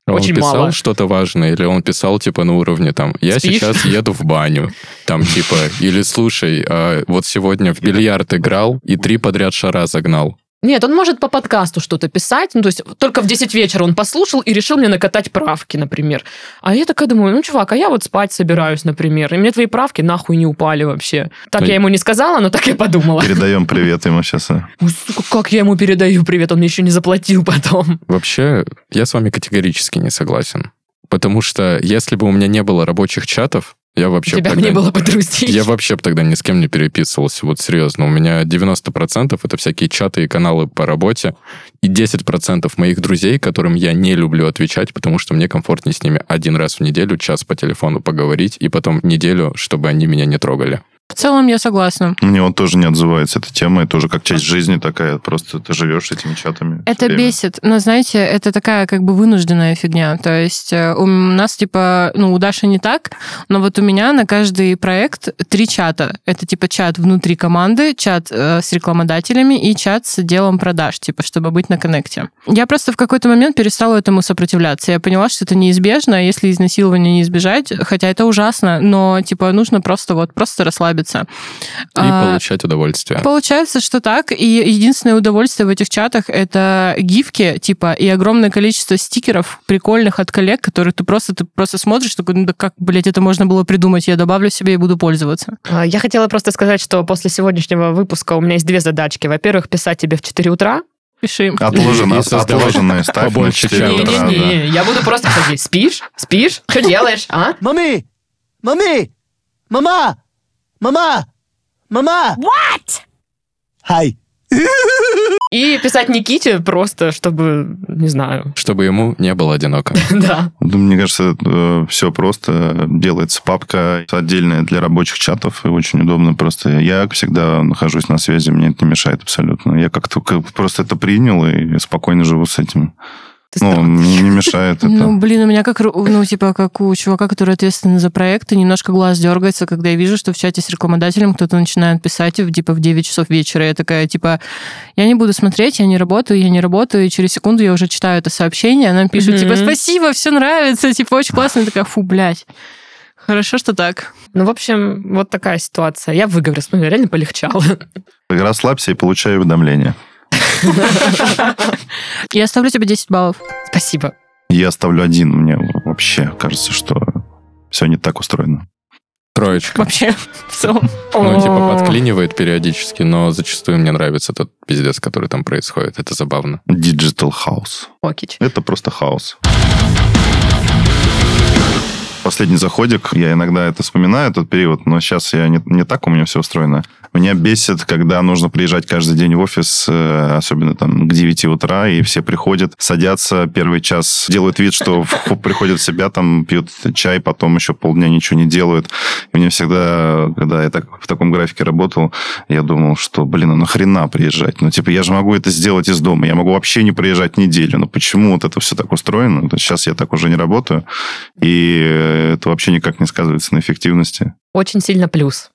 B: А он
A: очень
B: писал
A: мало.
B: что-то важное, или он писал, типа, на уровне, там, я
A: Спишь?
B: сейчас еду в баню, там, типа, или, слушай, а, вот сегодня в бильярд играл и три подряд шара загнал.
A: Нет, он может по подкасту что-то писать, ну, то есть только в 10 вечера он послушал и решил мне накатать правки, например. А я такая думаю, ну, чувак, а я вот спать собираюсь, например, и мне твои правки нахуй не упали вообще. Так
B: Ну,
A: я ему не сказала, но так я подумала.
C: Передаем привет ему сейчас. а.
A: Ой, сука, как я ему передаю привет, он мне еще не заплатил потом.
B: Вообще, я с вами категорически не согласен. Потому что если бы у меня не было рабочих чатов, я вообще... б
A: Тебя бы
B: тогда
A: не было подрузить.
B: Я вообще бы тогда ни с кем не переписывался, вот серьезно. У меня 90% это всякие чаты и каналы по работе, и 10% моих друзей, которым я не люблю отвечать, потому что мне комфортнее с ними один раз в неделю, час по телефону поговорить, и потом неделю, чтобы они меня не трогали.
D: В целом я согласна.
C: Мне он тоже не отзывается эта тема, это уже как часть жизни такая, просто ты живешь этими чатами. всё
D: Это
C: время.
D: бесит, но знаете, это такая как бы вынужденная фигня. То есть э, у нас типа, ну у Даши не так, но вот у меня на каждый проект три чата. Это типа чат внутри команды, чат э, с рекламодателями и чат с делом продаж, типа, чтобы быть на коннекте. Я просто в какой-то момент перестала этому сопротивляться. Я поняла, что это неизбежно, если изнасилования не избежать, хотя это ужасно, но типа нужно просто вот просто расслабиться подписываться.
B: И
D: А,
B: получать удовольствие.
D: Получается, что так. И единственное удовольствие в этих чатах это гифки, типа, и огромное количество стикеров прикольных от коллег, которые ты просто, ты просто смотришь, такой, ну да как, блядь, это можно было придумать, я добавлю себе и буду пользоваться.
A: А, Я хотела просто сказать, что после сегодняшнего выпуска у меня есть две задачки. Во-первых, писать тебе в 4 утра,
D: Пиши
C: А
D: им.
C: Отложено, отложенное ставь на
B: Побольше,
C: 4
B: чем
C: утра,
B: утра,
C: да.
A: Не-не-не, я буду просто писать, спишь, спишь, что делаешь, а?
P: Мами! Мами! Мама! Мама! Мама!
E: What?
P: Хай!
A: И писать Никите просто, чтобы, не знаю, [laughs]
B: Чтобы ему не было одиноко.
A: да.
C: Да, Мне кажется, все просто. Делается папка отдельная для рабочих чатов, и очень удобно просто. Я как всегда нахожусь на связи, мне это не мешает абсолютно. Я как-то к- просто это принял и спокойно живу с этим. Ну, мне не мешает
D: Ну,
C: это.
D: блин, у меня как, ру- ну, типа, как у чувака, который ответственен за проекты, немножко глаз дергается, когда я вижу, что в чате с рекламодателем кто-то начинает писать, в, типа, в 9 часов вечера. Я такая, типа, я не буду смотреть, я не работаю, я не работаю, и через секунду я уже читаю это сообщение, она пишет,
A: Мгм.
D: типа, спасибо, все нравится, типа, очень классно. Я такая, фу, блядь. Хорошо, что так.
A: Ну, в общем, вот такая ситуация. Я выговорилась, ну, реально полегчало.
C: Расслабься и получай уведомления.
D: Я оставлю тебе 10 баллов.
A: Спасибо.
C: Я оставлю один, мне вообще кажется, что все не так устроено.
B: Троечка.
D: Вообще, в целом.
B: Ну, типа,
A: О.
B: подклинивает периодически, но зачастую мне нравится тот пиздец, который там происходит. Это забавно.
C: Digital хаос.
A: Окич.
C: Это просто хаос. Последний заходик, я иногда это вспоминаю, этот период, но сейчас я не, не так у меня все устроено. Меня бесит, когда нужно приезжать каждый день в офис, э, особенно там к 9 утра, и все приходят, садятся, первый час делают вид, что в- приходят в себя, там пьют чай, потом еще полдня ничего не делают. И мне всегда, когда я так, в таком графике работал, я думал, что, блин, а нахрена приезжать? Ну, типа, я же могу это сделать из дома, я могу вообще не приезжать неделю. Ну, почему вот это все так устроено? Вот Сейчас я так уже не работаю, и э, это вообще никак не сказывается на эффективности.
A: Очень сильно плюс.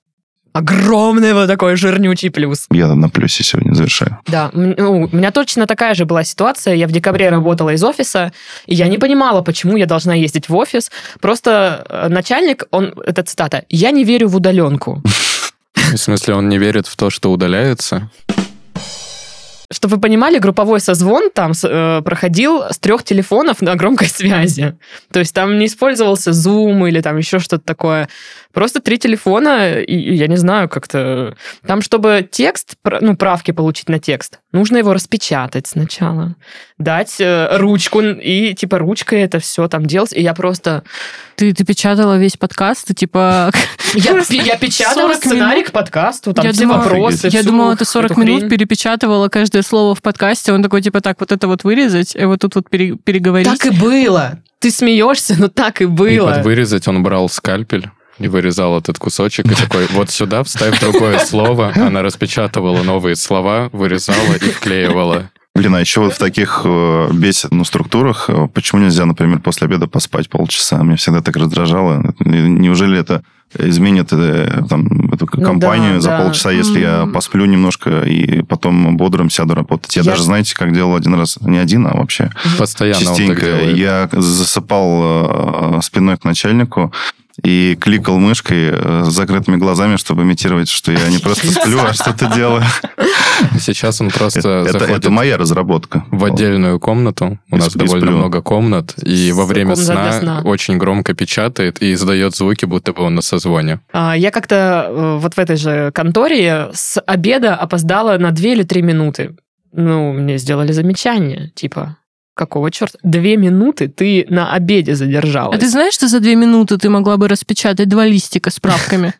A: Огромный вот такой жирнючий плюс.
C: Я на плюсе сегодня завершаю.
A: Да, м- ну, у меня точно такая же была ситуация. Я в декабре работала из офиса, и я не понимала, почему я должна ездить в офис. Просто э, начальник, он, это цитата, «я не верю в удаленку».
B: В смысле, он не верит в то, что удаляется?
A: Чтобы вы понимали, групповой созвон там с- э, проходил с трех телефонов на громкой связи. То есть там не использовался Zoom или там еще что-то такое. Просто три телефона, и, и я не знаю, как-то... Там, чтобы текст, пр- ну, правки получить на текст, нужно его распечатать сначала, дать э, ручку, и типа ручкой это все там делать. И я просто...
D: Ты, ты печатала весь подкаст, и типа... [laughs]
A: Я, пи- я печатала
D: 40
A: сценарий
D: минут.
A: к подкасту, там
D: Я
A: все
D: думала-
A: вопросы.
D: Я
A: всю
D: думала, это 40
A: эту
D: минут
A: хрень.
D: перепечатывала каждое слово в подкасте. Он такой, типа, так, вот это вот вырезать, и вот тут вот пере- переговорить.
A: Так и было. Ты смеешься, но так и
B: И
A: было.
B: под вырезать он брал скальпель и вырезал этот кусочек и такой, вот сюда вставь другое слово. Она распечатывала новые слова, вырезала и вклеивала.
C: Блин, а еще вот в таких э, бесит, ну, структурах, э, почему нельзя, например, после обеда поспать полчаса? Меня всегда так раздражало. Неужели это изменит э, там, эту
A: Ну
C: компанию
A: да,
C: за
A: да.
C: полчаса, если я посплю немножко и потом бодрым сяду работать? Я,
A: Я-
C: даже, знаете, как делал один раз, не один, а вообще
B: Постоянно он так
C: частенько.
B: делает.
C: я засыпал э, спиной к начальнику, и кликал мышкой э, с закрытыми глазами, чтобы имитировать, что я не просто
A: [laughs]
C: сплю, а что-то делаю.
B: Сейчас он просто
C: Это,
B: заходит
C: это моя разработка.
B: в отдельную комнату. У
C: И
B: нас
C: сп- и
B: довольно
C: сплю.
B: много комнат. И во время
A: Комната
B: сна,
A: для сна.
B: очень громко печатает и издает звуки, будто бы он на созвоне.
A: А, Я как-то э, вот в этой же конторе с обеда опоздала на 2 или 3 минуты. Ну, мне сделали замечание, типа, какого черта? Две минуты ты на обеде задержалась.
D: А ты знаешь, что за две минуты ты могла бы распечатать два листика
A: [laughs]
D: с справками?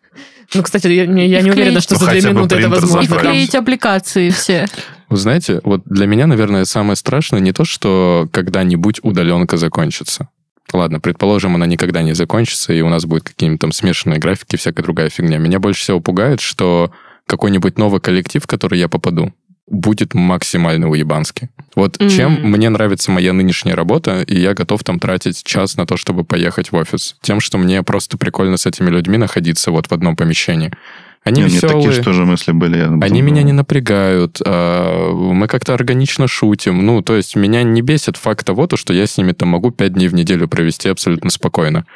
A: Ну, кстати, я, не- я
D: И
A: не уверена,
D: вклеить.
A: что
C: Ну,
A: за 2
C: хотя бы
A: минуты это
C: принтер
D: И
A: возможно.
C: забрать.
A: Там-
D: вклеить аппликации
A: [laughs]
D: все.
B: Вы знаете, вот для меня, наверное, самое страшное не то, что когда-нибудь удаленка закончится. Ладно, предположим, она никогда не закончится, и у нас будут какие-нибудь там смешанные графики, всякая другая фигня. Меня больше всего пугает, что какой-нибудь новый коллектив, в который я попаду, будет максимально уебанский. Вот
D: М.
B: чем мне нравится моя нынешняя работа, и я готов там тратить час на то, чтобы поехать в офис. Тем, что мне просто прикольно с этими людьми находиться вот в одном помещении. Они
C: Не, у меня
B: веселые.
C: такие же тоже мысли были. я потом
B: Они меня
C: думал.
B: не напрягают, а, мы как-то органично шутим. Ну, то есть меня не бесит факт того, то, что я с ними там могу пять дней в неделю а, провести абсолютно спокойно.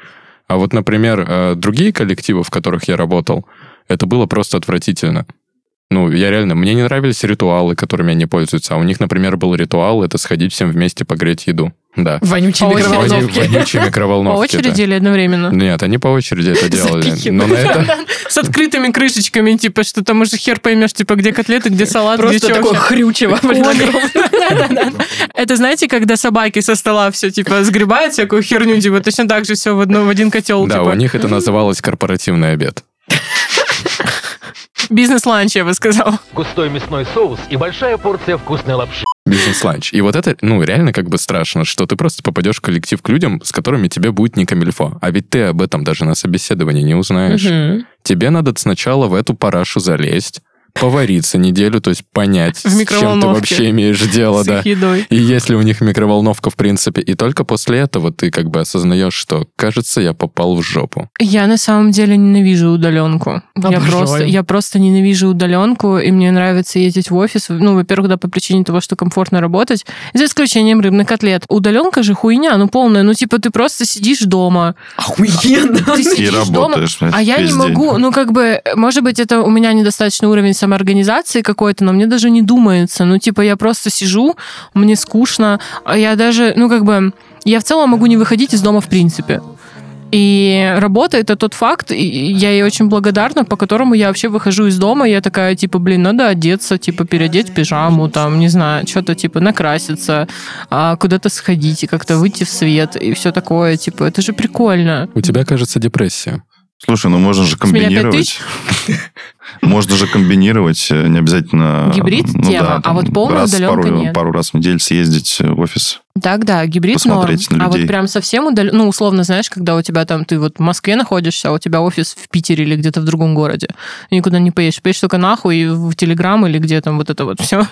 B: А вот, например, э, другие коллективы, в которых я работал, Это было просто отвратительно. Ну, я реально, мне не нравились ритуалы, которыми они пользуются. А у них, например, был ритуал, это сходить всем вместе погреть еду. Да.
A: Вонючие
D: По
A: микроволновки.
B: Вони- Вонючие
D: По
B: микроволновки. да.
D: очереди или одновременно?
B: Нет, они по очереди это делали. Но на это...
D: [laughs] С открытыми крышечками, типа, что там уже хер поймешь, типа, где котлеты, где салат,
A: Просто
D: где чё
A: такое
D: вообще.
A: [laughs] хрючево, блин,
D: Кони.
A: огромное.
D: [laughs] Да-да-да. Это знаете, когда собаки со стола все, типа, сгребают всякую херню, типа, точно так же все в, одно, в один котел,
B: Да,
D: типа.
B: у них это называлось корпоративный обед.
D: Бизнес-ланч, я бы сказал.
Q: Густой мясной соус и большая порция вкусной лапши.
B: Бизнес-ланч. И вот это, ну, реально как бы страшно, что ты просто попадешь в коллектив к людям, с которыми тебе будет не камильфо. А ведь ты об этом даже на собеседовании не узнаешь.
A: Мгм.
B: Тебе надо сначала в эту парашу залезть, повариться неделю, то есть понять,
D: В
B: с чем ты
D: микроволновке.
B: вообще имеешь дело,
D: С
B: да.
D: их едой.
B: И если у них микроволновка, в принципе. И только после этого ты как бы осознаешь, что, кажется, я попал в жопу.
D: Я на самом деле ненавижу удаленку. Я
B: Обожаю.
D: просто, я просто ненавижу удаленку, и мне нравится ездить в офис. Ну, во-первых, да, по причине того, что комфортно работать. За исключением рыбных котлет. Удаленка же хуйня, ну полная. Ну, типа, ты просто сидишь дома.
A: Охуенно.
D: Ты сидишь
C: И работаешь,
D: дома,
C: блядь,
D: а я не
C: весь
D: могу,
C: день.
D: ну, как бы, может быть, это у меня недостаточный уровень самоорганизации какой-то, но мне даже не думается. Ну, типа, я просто сижу, мне скучно, а я даже, ну, как бы, я в целом могу не выходить из дома в принципе. И работа — это тот факт, и я ей очень благодарна, по которому я вообще выхожу из дома, и я такая, типа, блин, надо одеться, типа, переодеть пижаму, там, не знаю, что-то, типа, накраситься, а, куда-то сходить, и как-то выйти в свет, и все такое, типа, это же прикольно.
B: У тебя, кажется, депрессия.
C: Слушай, ну можно же
D: С меня пять
C: комбинировать.
D: тысяч?
C: [laughs] Можно же комбинировать, э, не обязательно...
D: [laughs] Гибрид
C: ну
D: тема,
C: да,
D: а
C: там
D: вот полная
C: раз в
D: удаленка
C: пару,
D: нет.
C: пару раз в неделю съездить э, в офис.
D: Так, да, гибрид норм.
C: Посмотреть на
D: А вот
C: людей.
D: прям совсем удален... Ну, условно, знаешь, когда у тебя там, ты вот в Москве находишься, а у тебя офис в Питере или где-то в другом городе. И никуда не поедешь. Поедешь только нахуй и в Телеграм или где там вот это вот все.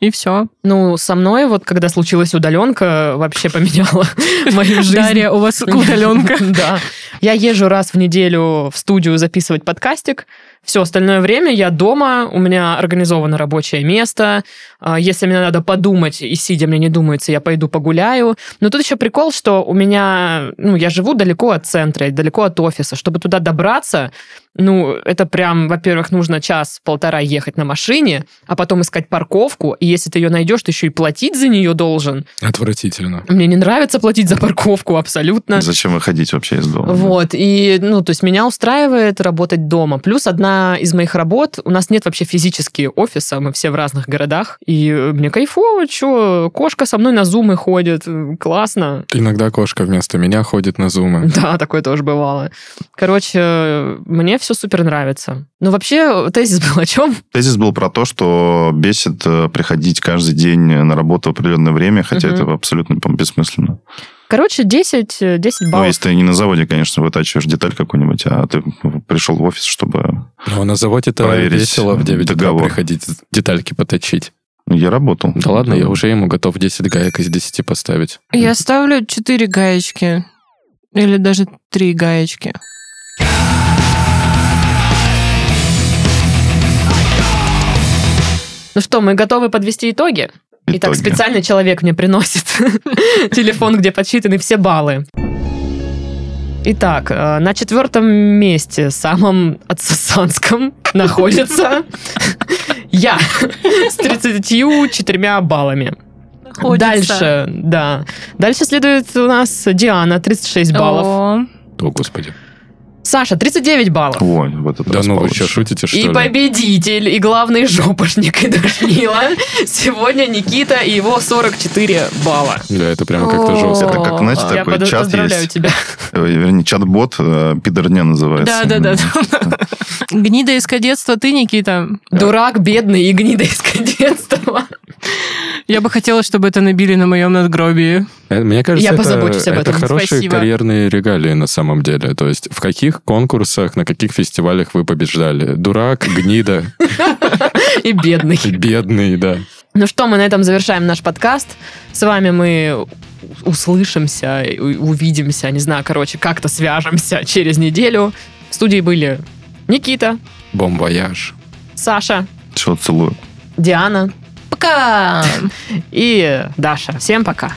D: И все.
A: Ну, со мной вот, когда случилась удаленка, вообще поменяла [laughs] мою жизнь.
D: Дарья, у вас удаленка.
A: [laughs] Да. Я езжу раз в неделю в студию записывать подкастик. Все остальное время я дома, у меня организовано рабочее место. А, Если мне надо подумать, и сидя мне не думается, я пойду погуляю. Но тут еще прикол, что у меня... Ну, я живу далеко от центра, далеко от офиса. Чтобы туда добраться, ну, это прям, во-первых, нужно час-полтора ехать на машине, а потом искать парковку. И если ты ее найдешь, ты еще и платить за нее должен.
B: Отвратительно.
A: Мне не нравится платить за парковку
D: Ну.
A: абсолютно.
C: Зачем выходить вообще из дома?
A: Вот, и, ну, то есть меня устраивает работать дома. Плюс одна из моих работ, у нас нет вообще физически офиса, мы все в разных городах, и э, мне кайфово, что кошка со мной на зумы ходит, э, классно. [laughs]
B: Иногда кошка вместо меня ходит на зумы.
A: Да, такое тоже бывало. Короче, э, мне все супер нравится. Ну, вообще, [laughs] тезис был о чем?
C: Тезис был про то, что бесит э, приходить каждый день э, на работу в определенное время, хотя
A: Мгм.
C: это абсолютно, по-моему, бессмысленно.
A: Короче, 10, э, 10
C: Ну,
A: баллов.
C: если ты не на заводе, конечно, вытачиваешь деталь какую-нибудь, а ты пришел в офис, чтобы...
B: Но на заводе-то
C: Проверить
B: весело в 9 утра
C: договор.
B: приходить детальки поточить.
C: ну, Я работал.
B: Да ладно, я уже ему готов 10 гаек из 10 поставить.
D: Я ставлю 4 гаечки. Или даже 3 гаечки.
A: Ну что, мы готовы подвести итоги? Итак,
C: Итоги.
A: специально человек мне приносит [laughs] телефон, где подсчитаны все баллы. Итак, э, на четвертом месте, самом отсосанском, находится я с 34 баллами. Дальше, да. Дальше следует у нас Диана, 36 баллов.
D: баллов.
B: О, господи.
A: Саша, 39 баллов.
C: Ой, в этот
B: Да
C: раз
B: ну вы
C: получше.
B: что, шутите, что
A: И
B: ли?
A: победитель, и главный жопошник и Данила сегодня Никита и его 44 балла.
B: Да, это прямо как-то жестко.
C: Это как, знаете,
A: Я
C: такой
A: подо-
C: чат
A: поздравляю
C: есть.
A: тебя.
C: Э, Вернее, чат-бот э, пидорня называется.
D: Да, да, да.
A: [laughs]
D: Гнида из кадетства ты, Никита.
A: Дурак, бедный и гнида из кадетства.
D: Я бы хотела, чтобы это набили на моем надгробии.
B: Э, Мне кажется,
A: Я
B: это,
A: позабочусь об
B: это
A: этом.
B: хорошие
A: Спасибо.
B: карьерные регалии на самом деле. То есть в каких конкурсах, на каких фестивалях вы побеждали? Дурак, гнида, [laughs]
A: И бедный.
B: бедный, да.
A: Ну что, мы на этом завершаем наш подкаст. С вами мы услышимся, и у- увидимся, не знаю, короче, как-то свяжемся через неделю. В студии были Никита,
B: Бомбояж.
A: Саша,
C: Чего целую?
A: Диана
D: Пока!
A: и Даша. Всем пока.